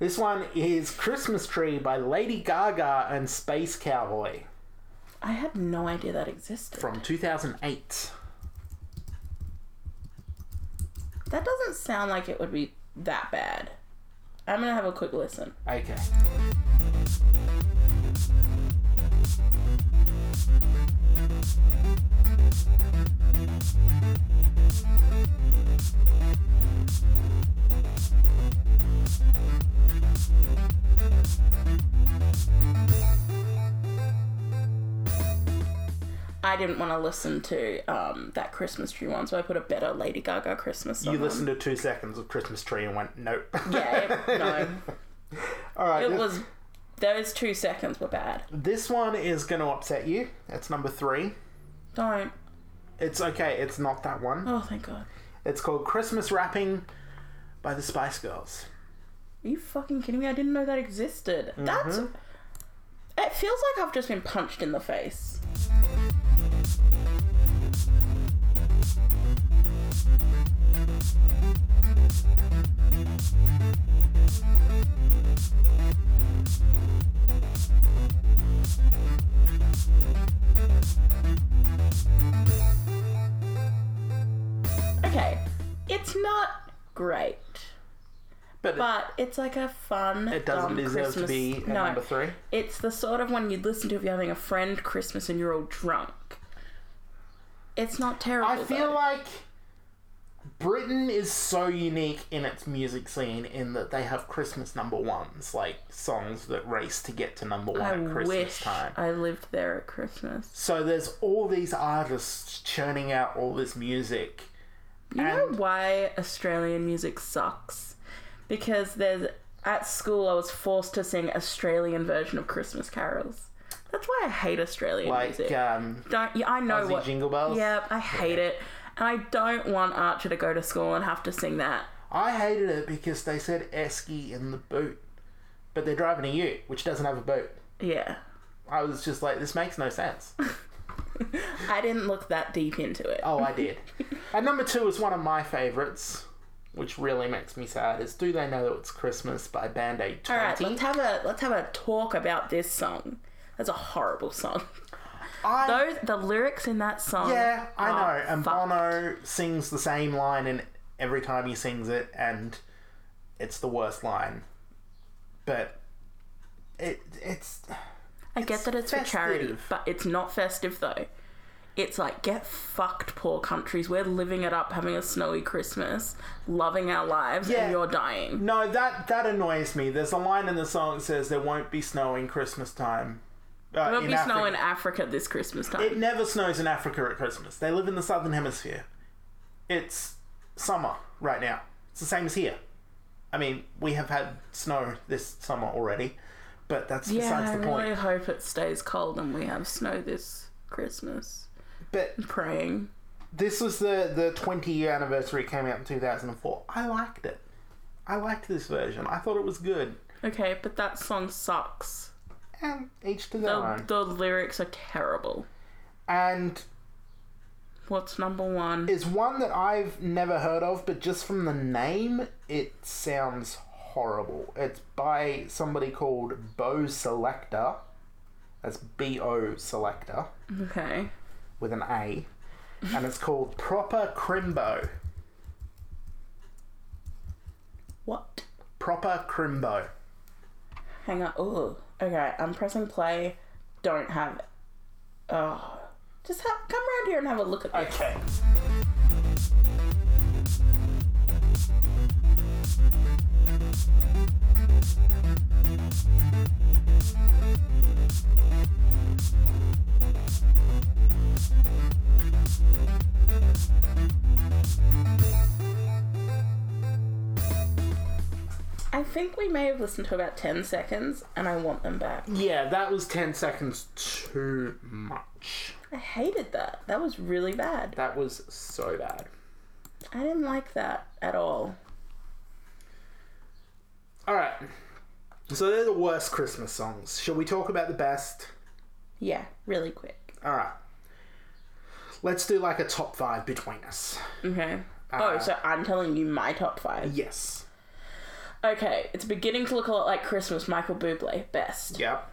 Speaker 1: This one is "Christmas Tree" by Lady Gaga and Space Cowboy
Speaker 2: I had no idea that existed.
Speaker 1: from 2008.
Speaker 2: That doesn't sound like it would be that bad. I'm gonna have a quick listen.
Speaker 1: Okay.
Speaker 2: I didn't want to listen to um, that Christmas tree one, so I put a better Lady Gaga Christmas song.
Speaker 1: You
Speaker 2: on.
Speaker 1: listened to two seconds of "Christmas Tree" and went, "Nope."
Speaker 2: Yeah, it, no,
Speaker 1: All right.
Speaker 2: it
Speaker 1: this-
Speaker 2: was. Those two seconds were bad.
Speaker 1: This one is going to upset you. That's number three.
Speaker 2: Don't.
Speaker 1: It's okay. It's not that one.
Speaker 2: Oh, thank God.
Speaker 1: It's called Christmas Wrapping by the Spice Girls.
Speaker 2: Are you fucking kidding me? I didn't know that existed. That's. It feels like I've just been punched in the face. Okay, it's not great,
Speaker 1: But,
Speaker 2: but it's like a fun.
Speaker 1: it doesn't
Speaker 2: dumb
Speaker 1: deserve to
Speaker 2: Christmas-
Speaker 1: be at
Speaker 2: no.
Speaker 1: number three.
Speaker 2: It's the sort of one you'd listen to if you're having a friend Christmas and you're all drunk. It's not terrible.
Speaker 1: I feel
Speaker 2: though.
Speaker 1: like Britain is so unique in its music scene in that they have Christmas number ones, like songs that race to get to number one
Speaker 2: I
Speaker 1: at Christmas
Speaker 2: wish
Speaker 1: time.
Speaker 2: I lived there at Christmas.
Speaker 1: So there's all these artists churning out all this music.
Speaker 2: You know why Australian music sucks? Because there's at school I was forced to sing Australian version of Christmas carols. That's why I hate Australian
Speaker 1: Like
Speaker 2: music.
Speaker 1: um,
Speaker 2: don't yeah, I know
Speaker 1: Aussie
Speaker 2: what?
Speaker 1: Jingle Bells.
Speaker 2: Yeah, I hate it, and I don't want Archer to go to school and have to sing that.
Speaker 1: I hated it because they said Esky in the boot, but they're driving a Ute, which doesn't have a boot.
Speaker 2: Yeah,
Speaker 1: I was just like, this makes no sense.
Speaker 2: I didn't look that deep into it.
Speaker 1: Oh, I did. and number two is one of my favorites, which really makes me sad. Is "Do They Know It's Christmas" by Band Aid
Speaker 2: All right,
Speaker 1: Twenty.
Speaker 2: let's have a let's have a talk about this song. That's a horrible song.
Speaker 1: I-
Speaker 2: Those the lyrics in that song.
Speaker 1: Yeah, I
Speaker 2: are
Speaker 1: know. And
Speaker 2: fucked.
Speaker 1: Bono sings the same line in every time he sings it, and it's the worst line. But it it's
Speaker 2: I get that it's for charity,
Speaker 1: festive.
Speaker 2: but it's not festive though. It's like get fucked, poor countries. We're living it up, having a snowy Christmas, loving our lives,
Speaker 1: Yeah.
Speaker 2: and you're dying.
Speaker 1: no that that annoys me. There's a line in the song that says there won't be snow in Christmas time. Uh,
Speaker 2: There'll
Speaker 1: in
Speaker 2: be
Speaker 1: Africa.
Speaker 2: snow in Africa this Christmas time.
Speaker 1: It never snows in Africa at Christmas. They live in the southern hemisphere. It's summer right now. It's the same as here. I mean, we have had snow this summer already, but that's
Speaker 2: yeah,
Speaker 1: besides
Speaker 2: I
Speaker 1: the point.
Speaker 2: really hope it stays cold and we have snow this Christmas.
Speaker 1: But
Speaker 2: Praying.
Speaker 1: this was the the 20 year anniversary came out in 2004. I liked it. I liked this version. I thought it was good.
Speaker 2: Okay, but that song sucks.
Speaker 1: And each to their
Speaker 2: The,
Speaker 1: own.
Speaker 2: the lyrics are terrible.
Speaker 1: And
Speaker 2: What's number one?
Speaker 1: is one that I've never heard of, but just from the name, it sounds horrible. It's by somebody called Bo Selector. That's B O Selector
Speaker 2: Okay.
Speaker 1: with an A. And it's called Proper Crimbo.
Speaker 2: What?
Speaker 1: Proper Crimbo.
Speaker 2: Hang on. Ooh. Okay, I'm pressing play. Don't have it. Oh. Just ha- come around here and have a look at this.
Speaker 1: Okay.
Speaker 2: I think we may have listened to about 10 seconds and I want them back.
Speaker 1: Yeah, that was 10 seconds too much.
Speaker 2: I hated that. That was really bad.
Speaker 1: That was so bad.
Speaker 2: I didn't like that at all.
Speaker 1: Alright. So they're the worst Christmas songs. Shall we talk about the best?
Speaker 2: Yeah, really quick.
Speaker 1: Alright. Let's do like a top five between us.
Speaker 2: Okay. oh, so I'm telling you my top five.
Speaker 1: Yes.
Speaker 2: Okay, it's beginning to look a lot like Christmas. Michael Bublé, best.
Speaker 1: Yep.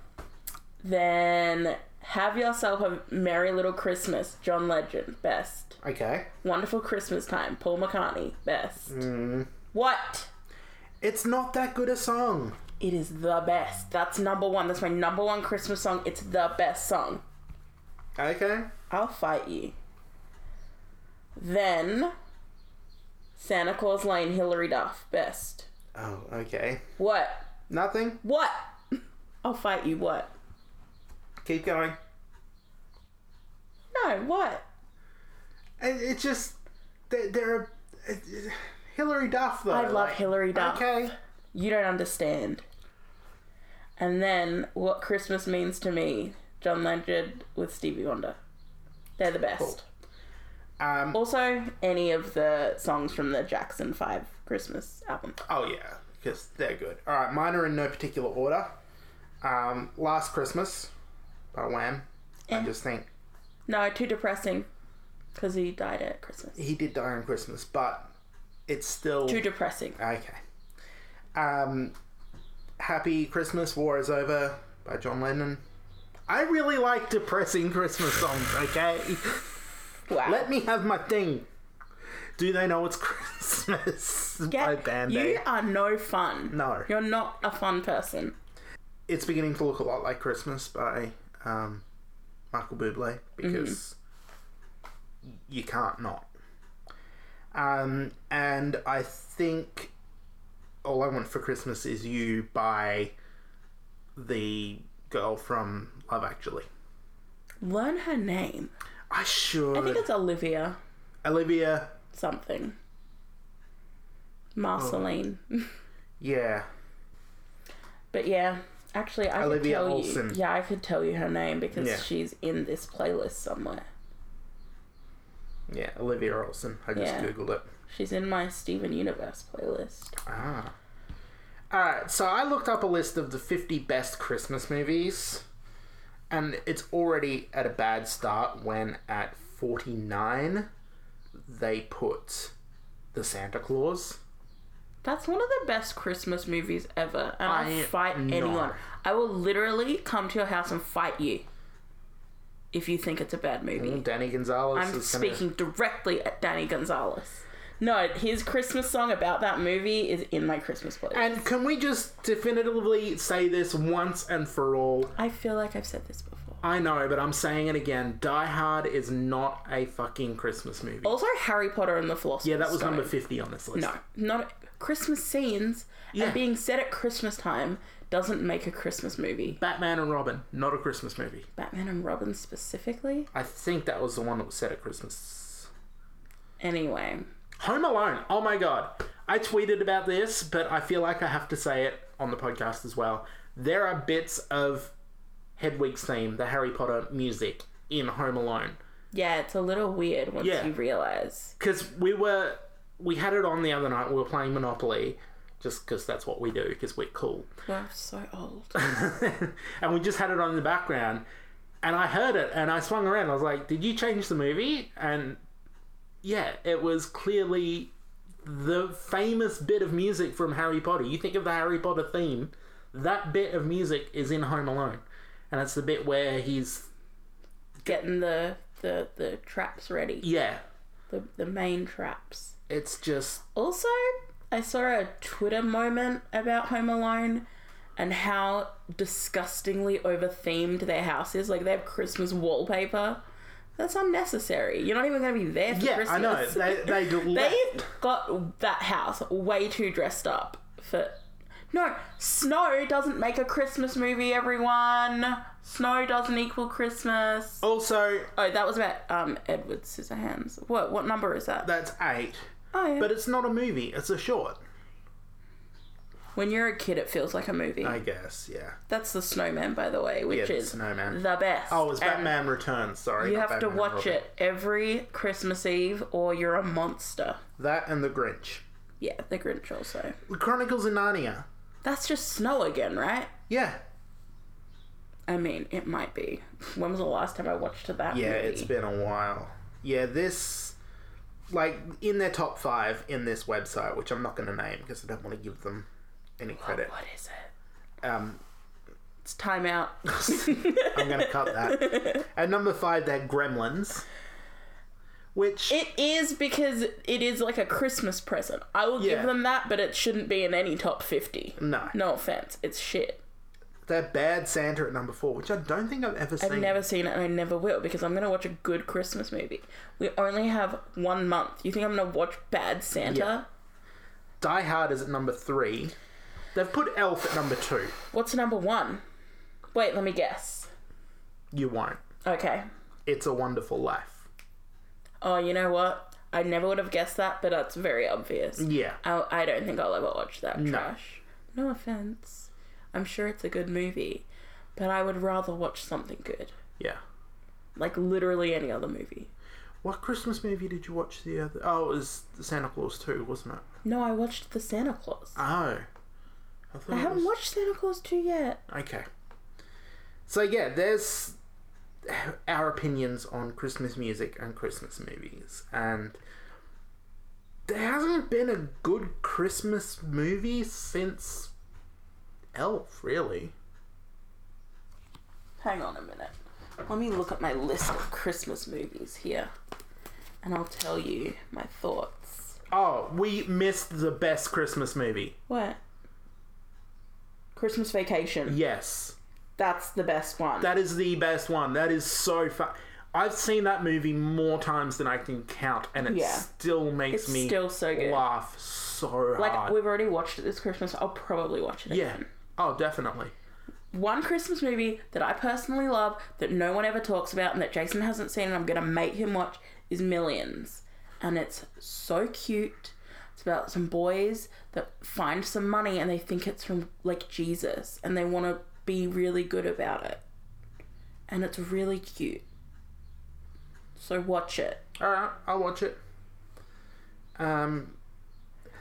Speaker 2: Then have yourself a merry little Christmas. John Legend, best.
Speaker 1: Okay.
Speaker 2: Wonderful Christmas time. Paul McCartney, best. What?
Speaker 1: It's not that good a song.
Speaker 2: It is the best. That's number one. That's my number one Christmas song. It's the best song.
Speaker 1: Okay.
Speaker 2: I'll fight you. Then Santa Claus Lane, Hillary Duff, best.
Speaker 1: Oh, okay.
Speaker 2: What?
Speaker 1: Nothing.
Speaker 2: What? I'll fight you. What?
Speaker 1: Keep going.
Speaker 2: No. What?
Speaker 1: It, it just there. there are, it, it- Hillary Duff though.
Speaker 2: I love
Speaker 1: like-
Speaker 2: Hillary Duff.
Speaker 1: Okay.
Speaker 2: You don't understand. And then what Christmas means to me, John Legend with Stevie Wonder. They're the best.
Speaker 1: Um.
Speaker 2: Also, any of the songs from the Jackson 5 Christmas album.
Speaker 1: Oh yeah, because they're good. All right, mine are in no particular order. Um, Last Christmas by Wham. I
Speaker 2: Eh.
Speaker 1: just think
Speaker 2: No, too depressing because he died at Christmas.
Speaker 1: he did die on Christmas, but it's still
Speaker 2: Too depressing.
Speaker 1: Okay. Um, Happy Christmas, War is Over by John Lennon. I really like depressing Christmas songs, okay?
Speaker 2: Wow.
Speaker 1: Let me have my thing. Do they know it's Christmas? by
Speaker 2: Get,
Speaker 1: Band Aid.
Speaker 2: you are no fun.
Speaker 1: No.
Speaker 2: You're not a fun person.
Speaker 1: It's beginning to look a lot like Christmas by um, Michael Bublé because you can't not. Um, and I think All I Want for Christmas Is You by the girl from Love Actually.
Speaker 2: Learn her name.
Speaker 1: I should.
Speaker 2: I think it's Olivia
Speaker 1: Olivia.
Speaker 2: something. Marceline.
Speaker 1: Oh. Yeah.
Speaker 2: But yeah, actually, I
Speaker 1: Olivia
Speaker 2: could tell
Speaker 1: Olsen.
Speaker 2: you. Yeah, I could tell you her name because
Speaker 1: Yeah.
Speaker 2: she's in this playlist somewhere.
Speaker 1: Yeah, Olivia Olsen. I just
Speaker 2: Yeah.
Speaker 1: googled it.
Speaker 2: She's in my Steven Universe playlist.
Speaker 1: Ah. Alright, so I looked up a list of the 50 best Christmas movies, and it's already at a bad start when at 49 they put The Santa Claus.
Speaker 2: That's one of the best Christmas movies ever, and I'll
Speaker 1: I
Speaker 2: fight
Speaker 1: know.
Speaker 2: anyone. I will literally come to your house and fight you. if you think it's a bad movie.
Speaker 1: Danny Gonzalez.
Speaker 2: I'm
Speaker 1: Mm, is gonna-
Speaker 2: speaking directly at Danny Gonzalez. No, his Christmas song about that movie is in my Christmas playlist.
Speaker 1: And can we just definitively say this once and for all?
Speaker 2: I feel like I've said this before.
Speaker 1: I know, but I'm saying it again. Die Hard is not a fucking Christmas movie.
Speaker 2: Also, Harry Potter and the Philosopher's
Speaker 1: yeah, that was
Speaker 2: Stone.
Speaker 1: number 50 on this list.
Speaker 2: Oh, No, not Christmas scenes
Speaker 1: Yeah.
Speaker 2: and being set at Christmas time doesn't make a Christmas movie.
Speaker 1: Batman and Robin, not a Christmas movie.
Speaker 2: Batman and Robin specifically.
Speaker 1: I think that was the one that was set at Christmas.
Speaker 2: Anyway,
Speaker 1: Home Alone. Oh my god. I tweeted about this, but I feel like I have to say it on the podcast as well. There are bits of Hedwig's theme, the Harry Potter music, in Home Alone.
Speaker 2: yeah, it's a little weird once
Speaker 1: Yeah.
Speaker 2: you realize.
Speaker 1: because we were we had it on the other night. We were playing Monopoly, just because that's what we do, because we're cool.
Speaker 2: We're so old.
Speaker 1: and we just had it on in the background, and I heard it, and I swung around. I was like, "Did you change the movie?" And yeah, it was clearly the famous bit of music from Harry Potter. You think of the Harry Potter theme, that bit of music is in Home Alone, and it's the bit where he's
Speaker 2: Getting the, the, the traps ready,
Speaker 1: yeah.
Speaker 2: the, the main traps.
Speaker 1: It's just
Speaker 2: Also, I saw a Twitter moment about Home Alone and how disgustingly over themed their house is. Like, they have Christmas wallpaper. That's unnecessary. You're not even going to be there for
Speaker 1: yeah.
Speaker 2: Christmas.
Speaker 1: I know they they,
Speaker 2: They
Speaker 1: they
Speaker 2: got that house way too dressed up for. No, snow doesn't make a Christmas movie, everyone. Snow doesn't equal Christmas.
Speaker 1: also
Speaker 2: Oh, that was about um, Edward Scissorhands. What what number is that?
Speaker 1: that's eight.
Speaker 2: oh, yeah.
Speaker 1: But it's not a movie, it's a short.
Speaker 2: when you're a kid, it feels like a movie.
Speaker 1: I guess, yeah.
Speaker 2: That's the Snowman, by the way, which
Speaker 1: the
Speaker 2: is
Speaker 1: Snowman.
Speaker 2: the best.
Speaker 1: Oh, it's
Speaker 2: And
Speaker 1: Batman Returns, sorry.
Speaker 2: You
Speaker 1: not
Speaker 2: have to
Speaker 1: Batman and
Speaker 2: watch
Speaker 1: Robin.
Speaker 2: it every Christmas Eve, or you're a monster.
Speaker 1: That and The Grinch.
Speaker 2: Yeah, The Grinch also.
Speaker 1: The Chronicles of Narnia.
Speaker 2: That's just snow again, right?
Speaker 1: Yeah.
Speaker 2: I mean, it might be. When was the last time I watched that?
Speaker 1: Yeah,
Speaker 2: movie?
Speaker 1: it's been a while. Yeah, this. Like, in their top five in this website, which I'm not going to name because I don't want to give them any credit.
Speaker 2: What is it?
Speaker 1: Um,
Speaker 2: It's Time Out.
Speaker 1: I'm going to cut that. At number five, they're Gremlins. Which.
Speaker 2: It is because it is like a Christmas present. I will
Speaker 1: Yeah. Mm.
Speaker 2: give them that, but it shouldn't be in any top fifty.
Speaker 1: no.
Speaker 2: No offense, it's shit.
Speaker 1: They're Bad Santa at number four, which I don't think I've ever seen.
Speaker 2: I've never seen it and I never will because I'm gonna watch a good Christmas movie. We only have one month. You think I'm gonna watch Bad Santa?
Speaker 1: Yeah. Die Hard is at number three. They've put Elf at number two.
Speaker 2: What's number one? Wait, let me guess.
Speaker 1: You won't.
Speaker 2: Okay.
Speaker 1: It's a Wonderful Life.
Speaker 2: Oh, you know what? I never would have guessed that, but that's very obvious.
Speaker 1: Yeah.
Speaker 2: I, I don't think I'll ever watch that trash. No offense. I'm sure it's a good movie, but I would rather watch something good.
Speaker 1: Yeah.
Speaker 2: Like literally any other movie.
Speaker 1: What Christmas movie did you watch the other? Oh, it was Santa Claus 2, wasn't it?
Speaker 2: No, I watched The Santa Claus.
Speaker 1: Oh. I, thought
Speaker 2: I
Speaker 1: it
Speaker 2: haven't
Speaker 1: was-
Speaker 2: watched Santa Claus 2 yet.
Speaker 1: Okay. So, yeah, there's our opinions on Christmas music and Christmas movies. And there hasn't been a good Christmas movie since Elf, really.
Speaker 2: Hang on a minute. Let me look at my list of Christmas movies here. And I'll tell you my thoughts.
Speaker 1: Oh, we missed the best Christmas movie.
Speaker 2: What? Christmas Vacation.
Speaker 1: Yes.
Speaker 2: That's the best one.
Speaker 1: That is the best one. That is so fun. I've seen that movie more times than I can count, and it
Speaker 2: Yeah.
Speaker 1: still makes
Speaker 2: It's
Speaker 1: me
Speaker 2: still so good.
Speaker 1: laugh so
Speaker 2: like,
Speaker 1: hard.
Speaker 2: we've already watched it this Christmas. I'll probably watch it
Speaker 1: yeah.
Speaker 2: again.
Speaker 1: Oh, definitely.
Speaker 2: One Christmas movie that I personally love that no one ever talks about and that Jason hasn't seen and I'm going to make him watch is Millions. And it's so cute. It's about some boys that find some money and they think it's from like Jesus and they want to be really good about it. And it's really cute. So watch it.
Speaker 1: All right, I'll watch it. Um,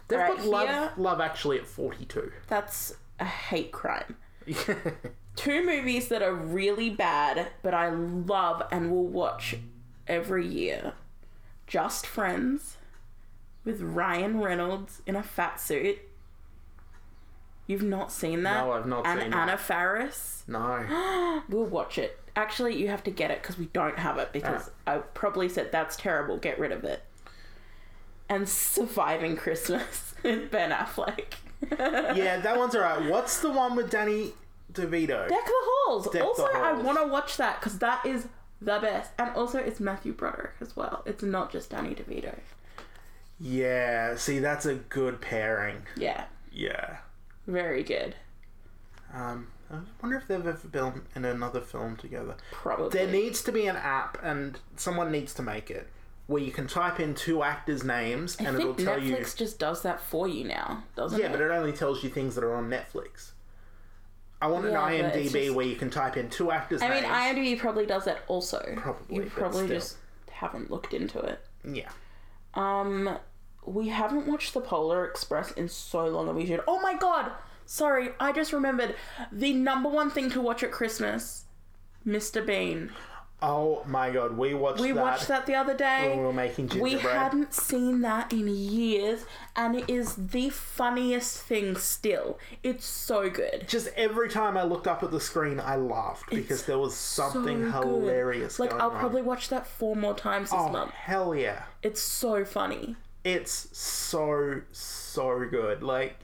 Speaker 1: they've
Speaker 2: All right,
Speaker 1: got Love,
Speaker 2: here-
Speaker 1: Love Actually at forty-two.
Speaker 2: That's a hate crime. two movies that are really bad, but I love and will watch every year. Just Friends with Ryan Reynolds in a fat suit. You've not seen that?
Speaker 1: No, I've not
Speaker 2: and
Speaker 1: seen
Speaker 2: Anna
Speaker 1: that.
Speaker 2: Faris.
Speaker 1: No.
Speaker 2: We'll watch it. Actually, you have to get it because we don't have it because
Speaker 1: Ah.
Speaker 2: I probably said that's terrible. Get rid of it. And surviving Christmas with Ben Affleck. Deck
Speaker 1: Yeah, that one's alright. What's the one with Danny DeVito?
Speaker 2: the halls.
Speaker 1: the
Speaker 2: also, I
Speaker 1: Halls.
Speaker 2: want to watch that because that is the best. And also, it's Matthew Broderick as well. It's not just Danny DeVito.
Speaker 1: Yeah, see, that's a good pairing.
Speaker 2: Yeah,
Speaker 1: Yeah.
Speaker 2: very good.
Speaker 1: Um, I wonder if they've ever been in another film together.
Speaker 2: Probably.
Speaker 1: There needs to be an app, and someone needs to make it where you can type in two actors' names,
Speaker 2: I
Speaker 1: and it'll
Speaker 2: think
Speaker 1: tell
Speaker 2: Netflix just does that for you now, doesn't
Speaker 1: you. Yeah,
Speaker 2: it?
Speaker 1: but it only tells you things that are on Netflix. I want
Speaker 2: Yeah,
Speaker 1: an
Speaker 2: but it's
Speaker 1: IMDb
Speaker 2: just-
Speaker 1: where you can type in two actors'
Speaker 2: I mean,
Speaker 1: names.
Speaker 2: IMDb probably does that also.
Speaker 1: Probably,
Speaker 2: You
Speaker 1: but
Speaker 2: probably
Speaker 1: still.
Speaker 2: just haven't looked into it.
Speaker 1: Yeah.
Speaker 2: Um, we haven't watched The Polar Express in so long that we should. Oh my god! Sorry, I just remembered the number one thing to watch at Christmas Mr. Bean.
Speaker 1: Oh my god, we watched
Speaker 2: We
Speaker 1: that.
Speaker 2: watched that the other day.
Speaker 1: when we were making
Speaker 2: we
Speaker 1: gingerbread.
Speaker 2: hadn't seen that in years, and it is the funniest thing still. It's so good.
Speaker 1: Just every time I looked up at the screen, I laughed because there was something
Speaker 2: so good.
Speaker 1: hilarious
Speaker 2: Like,
Speaker 1: going
Speaker 2: I'll
Speaker 1: on.
Speaker 2: probably watch that four more times this
Speaker 1: Oh,
Speaker 2: month.
Speaker 1: hell yeah.
Speaker 2: It's so funny.
Speaker 1: It's so, so good. Like,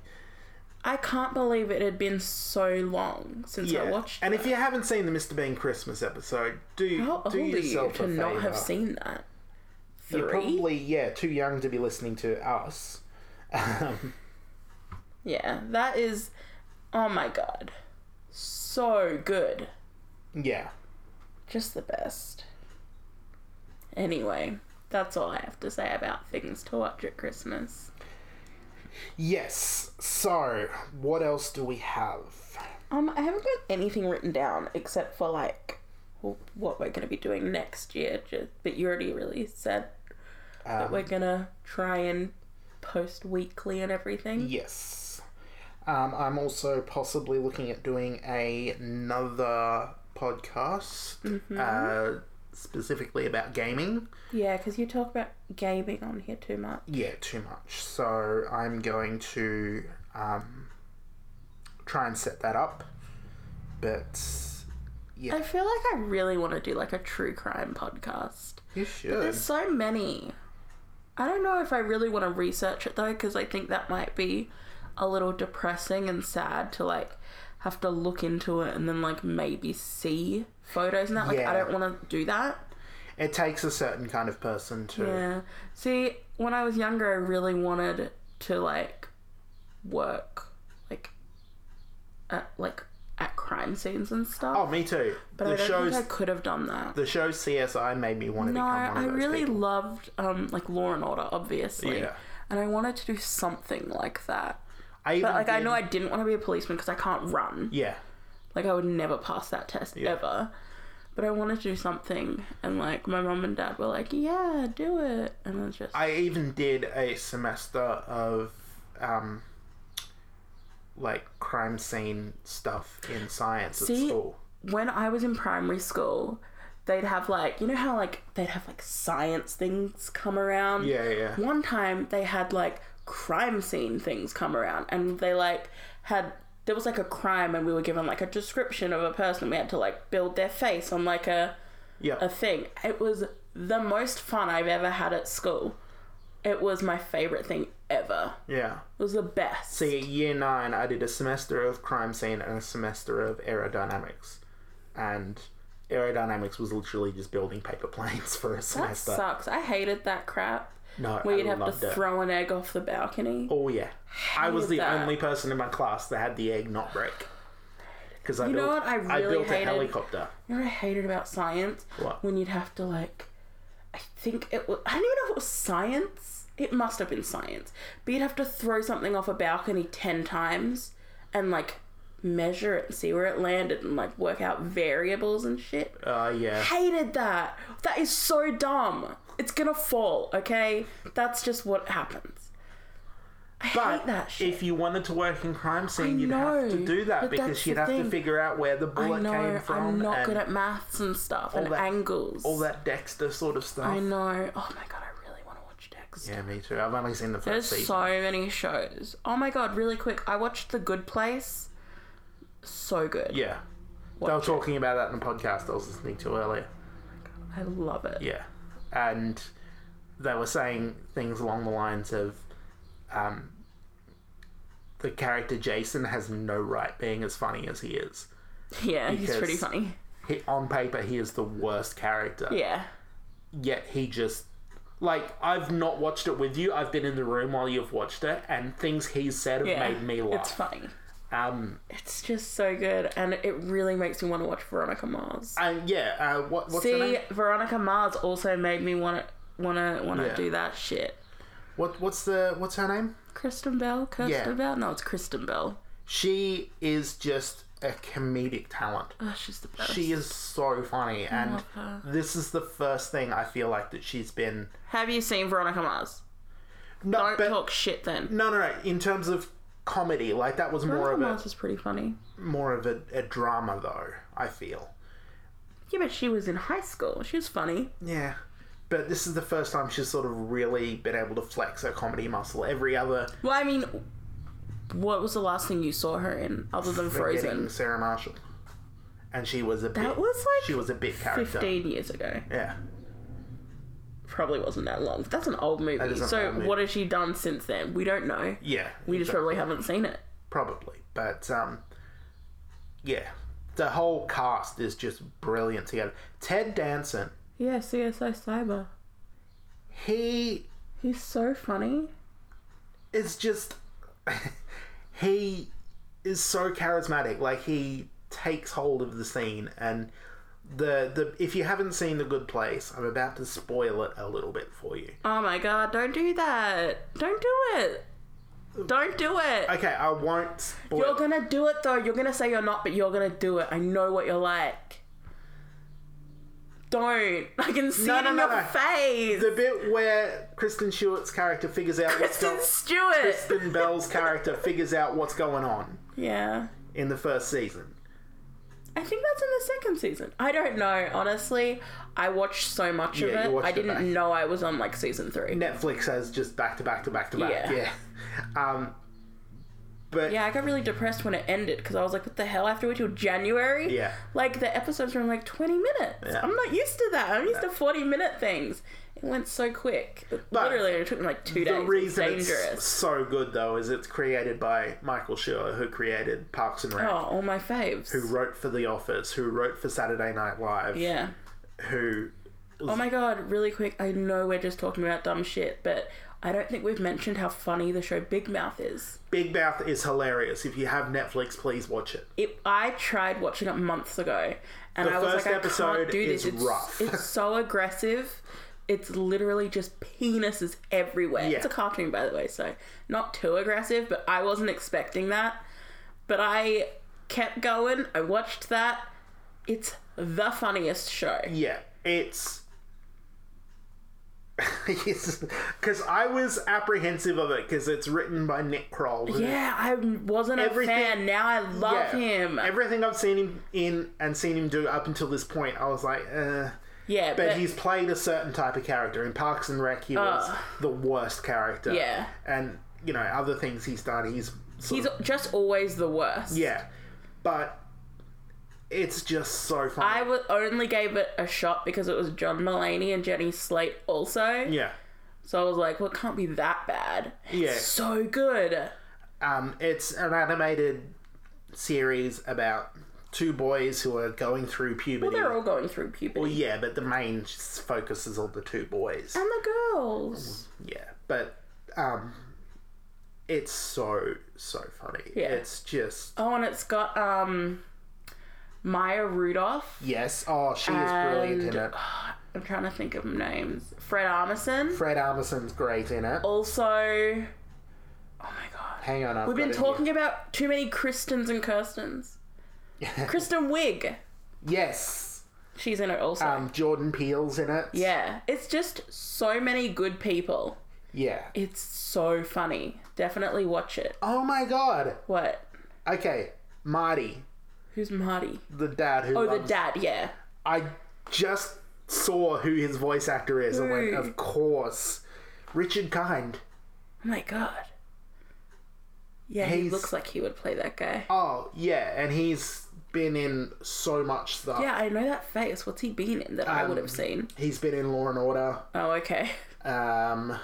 Speaker 2: I can't believe it had been so long since
Speaker 1: yeah.
Speaker 2: I watched
Speaker 1: and
Speaker 2: it.
Speaker 1: if you haven't seen the Mr. Bean Christmas episode, do,
Speaker 2: How old
Speaker 1: do
Speaker 2: are you
Speaker 1: yourself
Speaker 2: to
Speaker 1: a
Speaker 2: not
Speaker 1: favor.
Speaker 2: have seen that? 3
Speaker 1: You're probably, yeah, too young to be listening to us. Um,
Speaker 2: Yeah, that is. Oh my god. So good.
Speaker 1: yeah.
Speaker 2: Just the best. Anyway, that's all I have to say about things to watch at Christmas.
Speaker 1: Yes. So, what else do we have?
Speaker 2: Um, I haven't got anything written down except for like w- what we're gonna be doing next year. Just, but you already really said that we're gonna try and post weekly and everything.
Speaker 1: Yes. Um, I'm also possibly looking at doing a, another podcast
Speaker 2: Mm-hmm.
Speaker 1: uh, specifically about gaming.
Speaker 2: Yeah, because you talk about gaming on here too much.
Speaker 1: Yeah, too much. So I'm going to um, try and set that up. But
Speaker 2: I feel like I really want to do like a true crime podcast.
Speaker 1: you should.
Speaker 2: There's so many. I don't know if I really want to research it though, because I think that might be a little depressing and sad to like have to look into it and then like maybe see photos and that. Like,
Speaker 1: Yeah.
Speaker 2: I don't want to do that.
Speaker 1: It takes a certain kind of person to.
Speaker 2: Yeah. See, when I was younger, I really wanted to like work like at like at crime scenes and stuff.
Speaker 1: Oh, me too.
Speaker 2: but I
Speaker 1: the
Speaker 2: don't
Speaker 1: shows,
Speaker 2: think I could have done that.
Speaker 1: the show CSI made me want to
Speaker 2: No,
Speaker 1: become one of
Speaker 2: I
Speaker 1: those
Speaker 2: really
Speaker 1: people.
Speaker 2: loved um like Law and Order, obviously.
Speaker 1: Yeah.
Speaker 2: And I wanted to do something like that.
Speaker 1: I even
Speaker 2: But like I
Speaker 1: did-
Speaker 2: know I didn't want to be a policeman because I can't run.
Speaker 1: Yeah.
Speaker 2: Like I would never pass that test ever. But I wanted to do something and like my mum and dad were like, "Yeah, do it." And I just
Speaker 1: I even did a semester of um, like crime scene stuff in science at
Speaker 2: See,
Speaker 1: school.
Speaker 2: when I was in primary school, they'd have like you know how like they'd have like science things come around.
Speaker 1: Yeah, yeah. yeah.
Speaker 2: One time they had like crime scene things come around and they like had there was like a crime and we were given like a description of a person we had to like build their face on like a
Speaker 1: Yeah.
Speaker 2: a thing. It was the most fun I've ever had at school. It was my favorite thing ever.
Speaker 1: Yeah.
Speaker 2: It was the best.
Speaker 1: See, year nine, I did a semester of crime scene and a semester of aerodynamics, and aerodynamics was literally just building paper planes for a
Speaker 2: that
Speaker 1: semester.
Speaker 2: sucks. I hated that crap.
Speaker 1: no,
Speaker 2: Where you'd
Speaker 1: I
Speaker 2: have
Speaker 1: loved
Speaker 2: to
Speaker 1: it.
Speaker 2: throw an egg off the balcony.
Speaker 1: Oh yeah, I was the
Speaker 2: Hated that.
Speaker 1: only person in my class that had the egg not break. Because I
Speaker 2: You know
Speaker 1: built,
Speaker 2: what I really
Speaker 1: built
Speaker 2: hated?
Speaker 1: a helicopter.
Speaker 2: You know what I hated about science?
Speaker 1: What?
Speaker 2: When you'd have to like, I think it was. I don't even know if it was science. It must have been science. But you'd have to throw something off a balcony ten times, and like measure it and see where it landed and like work out variables and shit.
Speaker 1: Uh, yeah.
Speaker 2: Hated that. That is so dumb. It's gonna fall. Okay, that's just what happens. I hate that shit.
Speaker 1: if you wanted to work in crime scene, you'd have to
Speaker 2: know,
Speaker 1: do that
Speaker 2: but
Speaker 1: because
Speaker 2: that's
Speaker 1: you'd
Speaker 2: the
Speaker 1: have to
Speaker 2: thing.
Speaker 1: figure out where the
Speaker 2: I
Speaker 1: bullet
Speaker 2: know
Speaker 1: came from
Speaker 2: I'm not
Speaker 1: and
Speaker 2: good at maths and stuff and
Speaker 1: that-
Speaker 2: angles.
Speaker 1: all that Dexter sort of stuff.
Speaker 2: I know. Oh my god, I really want to watch Dex. obsessed.
Speaker 1: Yeah, me too. I've only seen the first
Speaker 2: There's
Speaker 1: season.
Speaker 2: so many shows. Oh my god, really quick. I watched The Good Place. So good.
Speaker 1: yeah. they were
Speaker 2: Watch it.
Speaker 1: talking about that in the podcast I was listening to earlier.
Speaker 2: I love it.
Speaker 1: Yeah. And they were saying things along the lines of um, the character Jason has no right being as funny as he is.
Speaker 2: Yeah, he's
Speaker 1: Because-
Speaker 2: pretty funny.
Speaker 1: He, on paper, he is the worst character.
Speaker 2: Yeah.
Speaker 1: Yet he just. Like, I've not watched it with you. I've been in the room while you've watched it, and things he's said have
Speaker 2: Yeah.
Speaker 1: made me
Speaker 2: It's
Speaker 1: laugh.
Speaker 2: funny.
Speaker 1: um,
Speaker 2: It's just so good and it really makes me want to watch Veronica Mars.
Speaker 1: and yeah, uh, what, what's the
Speaker 2: See,
Speaker 1: name?
Speaker 2: Veronica Mars also made me want to want to want to
Speaker 1: Yeah.
Speaker 2: do that shit.
Speaker 1: What, what's the what's her name?
Speaker 2: Kristen Bell, Kirsten
Speaker 1: Yeah.
Speaker 2: Bell. No, it's Kristen Bell.
Speaker 1: She is just a comedic talent.
Speaker 2: Oh, she's the best.
Speaker 1: She is so funny, and
Speaker 2: love her.
Speaker 1: this is the first thing I feel like that she's been.
Speaker 2: Have you seen Veronica Mars?
Speaker 1: No,
Speaker 2: Don't
Speaker 1: but
Speaker 2: talk shit then.
Speaker 1: no, no, no. In terms of comedy, like that was more
Speaker 2: Veronica
Speaker 1: of a
Speaker 2: Mars was pretty funny.
Speaker 1: more of a, a drama, though. I feel.
Speaker 2: Yeah, but she was in high school. She was funny.
Speaker 1: Yeah, but this is the first time she's sort of really been able to flex her comedy muscle. Every other
Speaker 2: Well, I mean, what was the last thing you saw her in other than
Speaker 1: getting
Speaker 2: Frozen?
Speaker 1: Sarah Marshall, and she was a
Speaker 2: That
Speaker 1: bit,
Speaker 2: was
Speaker 1: she
Speaker 2: like
Speaker 1: was a bit character.
Speaker 2: 15 years ago.
Speaker 1: Yeah,
Speaker 2: Probably wasn't that long. That's an old movie.
Speaker 1: is an
Speaker 2: so,
Speaker 1: old movie.
Speaker 2: what has she done since then? We don't know.
Speaker 1: yeah.
Speaker 2: We just probably haven't seen it.
Speaker 1: probably. But um, yeah, the whole cast is just brilliant together. Ted Danson,
Speaker 2: Yeah, CSI Cyber.
Speaker 1: he
Speaker 2: He's so funny.
Speaker 1: is just he is so charismatic. Like he takes hold of the scene and the the if you haven't seen the good place i'm about to spoil it a little bit for you
Speaker 2: Oh my god, don't do that. Don't do it. Don't do it.
Speaker 1: okay i won't spoil
Speaker 2: You're gonna do it though. You're gonna say you're not, but you're gonna do it. I know what you're like. Don't. I can see
Speaker 1: No,
Speaker 2: it
Speaker 1: no,
Speaker 2: in
Speaker 1: no,
Speaker 2: your
Speaker 1: no.
Speaker 2: face.
Speaker 1: the bit where kristen stewart's character figures out what's
Speaker 2: Kristen
Speaker 1: going
Speaker 2: Stewart.
Speaker 1: kristen bell's character figures out what's going on
Speaker 2: Yeah.
Speaker 1: in the first season
Speaker 2: I think that's in the second season. I don't know. Honestly, I watched so much
Speaker 1: Yeah, you
Speaker 2: of it.
Speaker 1: watched
Speaker 2: I
Speaker 1: it
Speaker 2: didn't
Speaker 1: back.
Speaker 2: know I was on like season three.
Speaker 1: Netflix has just back to back to back to back. Yeah.
Speaker 2: Yeah.
Speaker 1: Um, but
Speaker 2: Yeah, I got really depressed when it ended because I was like, what the hell? I have to wait till January?
Speaker 1: Yeah.
Speaker 2: Like, the episodes were like 20 minutes.
Speaker 1: Yeah.
Speaker 2: I'm not used to that. I'm used to 40 minute things. It went so quick. Literally, it took me like two
Speaker 1: the
Speaker 2: days. It's
Speaker 1: reason it's
Speaker 2: dangerous.
Speaker 1: so good though is it's created by Michael Schur, who created Parks and Rec,
Speaker 2: Oh, all my faves.
Speaker 1: who wrote for The Office, who wrote for Saturday Night Live,
Speaker 2: yeah.
Speaker 1: who
Speaker 2: Oh my god, really quick. I know we're just talking about dumb shit, but I don't think we've mentioned how funny the show Big Mouth is.
Speaker 1: Big Mouth is hilarious. If you have Netflix, please watch it.
Speaker 2: it, I tried watching it months ago, and
Speaker 1: The
Speaker 2: I was
Speaker 1: first
Speaker 2: like, I
Speaker 1: episode
Speaker 2: can't do this.
Speaker 1: is
Speaker 2: It's,
Speaker 1: rough.
Speaker 2: it's so aggressive. It's literally just penises everywhere.
Speaker 1: Yeah.
Speaker 2: It's a cartoon, by the way, so not too aggressive. But I wasn't expecting that. But I kept going. I watched that. It's the funniest show.
Speaker 1: Yeah, it's. Because I was apprehensive of it because it's written by Nick Kroll, who
Speaker 2: Yeah, I wasn't
Speaker 1: Everything-
Speaker 2: a fan. Now I love
Speaker 1: Yeah.
Speaker 2: him.
Speaker 1: Everything I've seen him in and seen him do up until this point, I was like, eh.
Speaker 2: yeah,
Speaker 1: But he's played a certain type of character. In Parks and Rec, he was the worst character.
Speaker 2: Oh. Yeah.
Speaker 1: And, you know, other things he's done, he's. Sort
Speaker 2: he's
Speaker 1: of,
Speaker 2: just always the worst.
Speaker 1: yeah. But it's just so
Speaker 2: I
Speaker 1: funny.
Speaker 2: w- only gave it a shot because it was John Mulaney and Jenny Slate also.
Speaker 1: yeah.
Speaker 2: So I was like, well, it can't be that bad. It's
Speaker 1: Yeah.
Speaker 2: so good.
Speaker 1: Um, it's an animated series about two boys who are going through puberty.
Speaker 2: They're all going through puberty.
Speaker 1: yeah, but the main s- focus is on the two boys.
Speaker 2: And the girls.
Speaker 1: Yeah, but um, it's so so funny.
Speaker 2: Yeah.
Speaker 1: It's just
Speaker 2: Oh, and it's got um Maya Rudolph.
Speaker 1: yes. Oh, she is brilliant in it.
Speaker 2: I'm trying to think of names. Fred Armisen.
Speaker 1: Fred Armisen's great in it.
Speaker 2: Also, oh my god.
Speaker 1: Hang on, I've
Speaker 2: We've been talking about too many Kristens and Kirstens. Kristen Wiig.
Speaker 1: Yes,
Speaker 2: She's in it also.
Speaker 1: um, Jordan Peele's in it.
Speaker 2: yeah. It's just so many good people.
Speaker 1: yeah.
Speaker 2: It's so funny. Definitely watch it.
Speaker 1: Oh my god.
Speaker 2: What?
Speaker 1: Okay, Marty,
Speaker 2: Who's Marty?
Speaker 1: the dad who.
Speaker 2: Oh, the
Speaker 1: loves-
Speaker 2: dad, yeah.
Speaker 1: I just saw who his voice actor is and went,
Speaker 2: Who?
Speaker 1: of course. Richard Kind.
Speaker 2: Oh my god. Yeah, he
Speaker 1: He's-
Speaker 2: looks like he would play that guy.
Speaker 1: Oh yeah, and he's been in so much stuff.
Speaker 2: Yeah, I know that face. What's he been in that I would
Speaker 1: Um,
Speaker 2: have seen?
Speaker 1: He's been in Law and Order.
Speaker 2: Oh, okay.
Speaker 1: Um,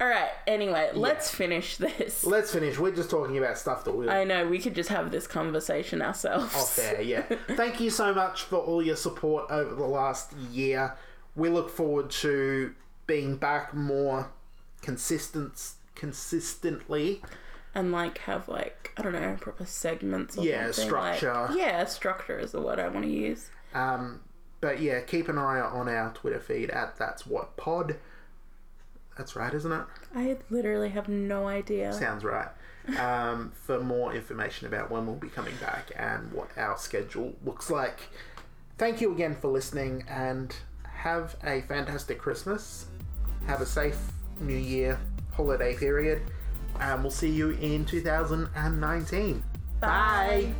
Speaker 2: All right. Anyway, let's finish this.
Speaker 1: let's finish. We're just talking about stuff that we
Speaker 2: I know we could just have this conversation ourselves.
Speaker 1: off there, yeah. Thank you so much for all your support over the last year. We look forward to being back more consistent consistently.
Speaker 2: and like have like I don't know proper segments. Or
Speaker 1: Yeah,
Speaker 2: something, like-
Speaker 1: structure.
Speaker 2: yeah, structure is the word I want to use.
Speaker 1: Um, but yeah, keep an eye out on our Twitter feed at that's what pod. That's right, isn't it?
Speaker 2: I literally have no idea.
Speaker 1: Sounds right. Um, for more information about when we'll be coming back and what our schedule looks like. Thank you again for listening and have a fantastic Christmas. Have a safe New Year holiday period. And we'll see you in 2019.
Speaker 2: Bye.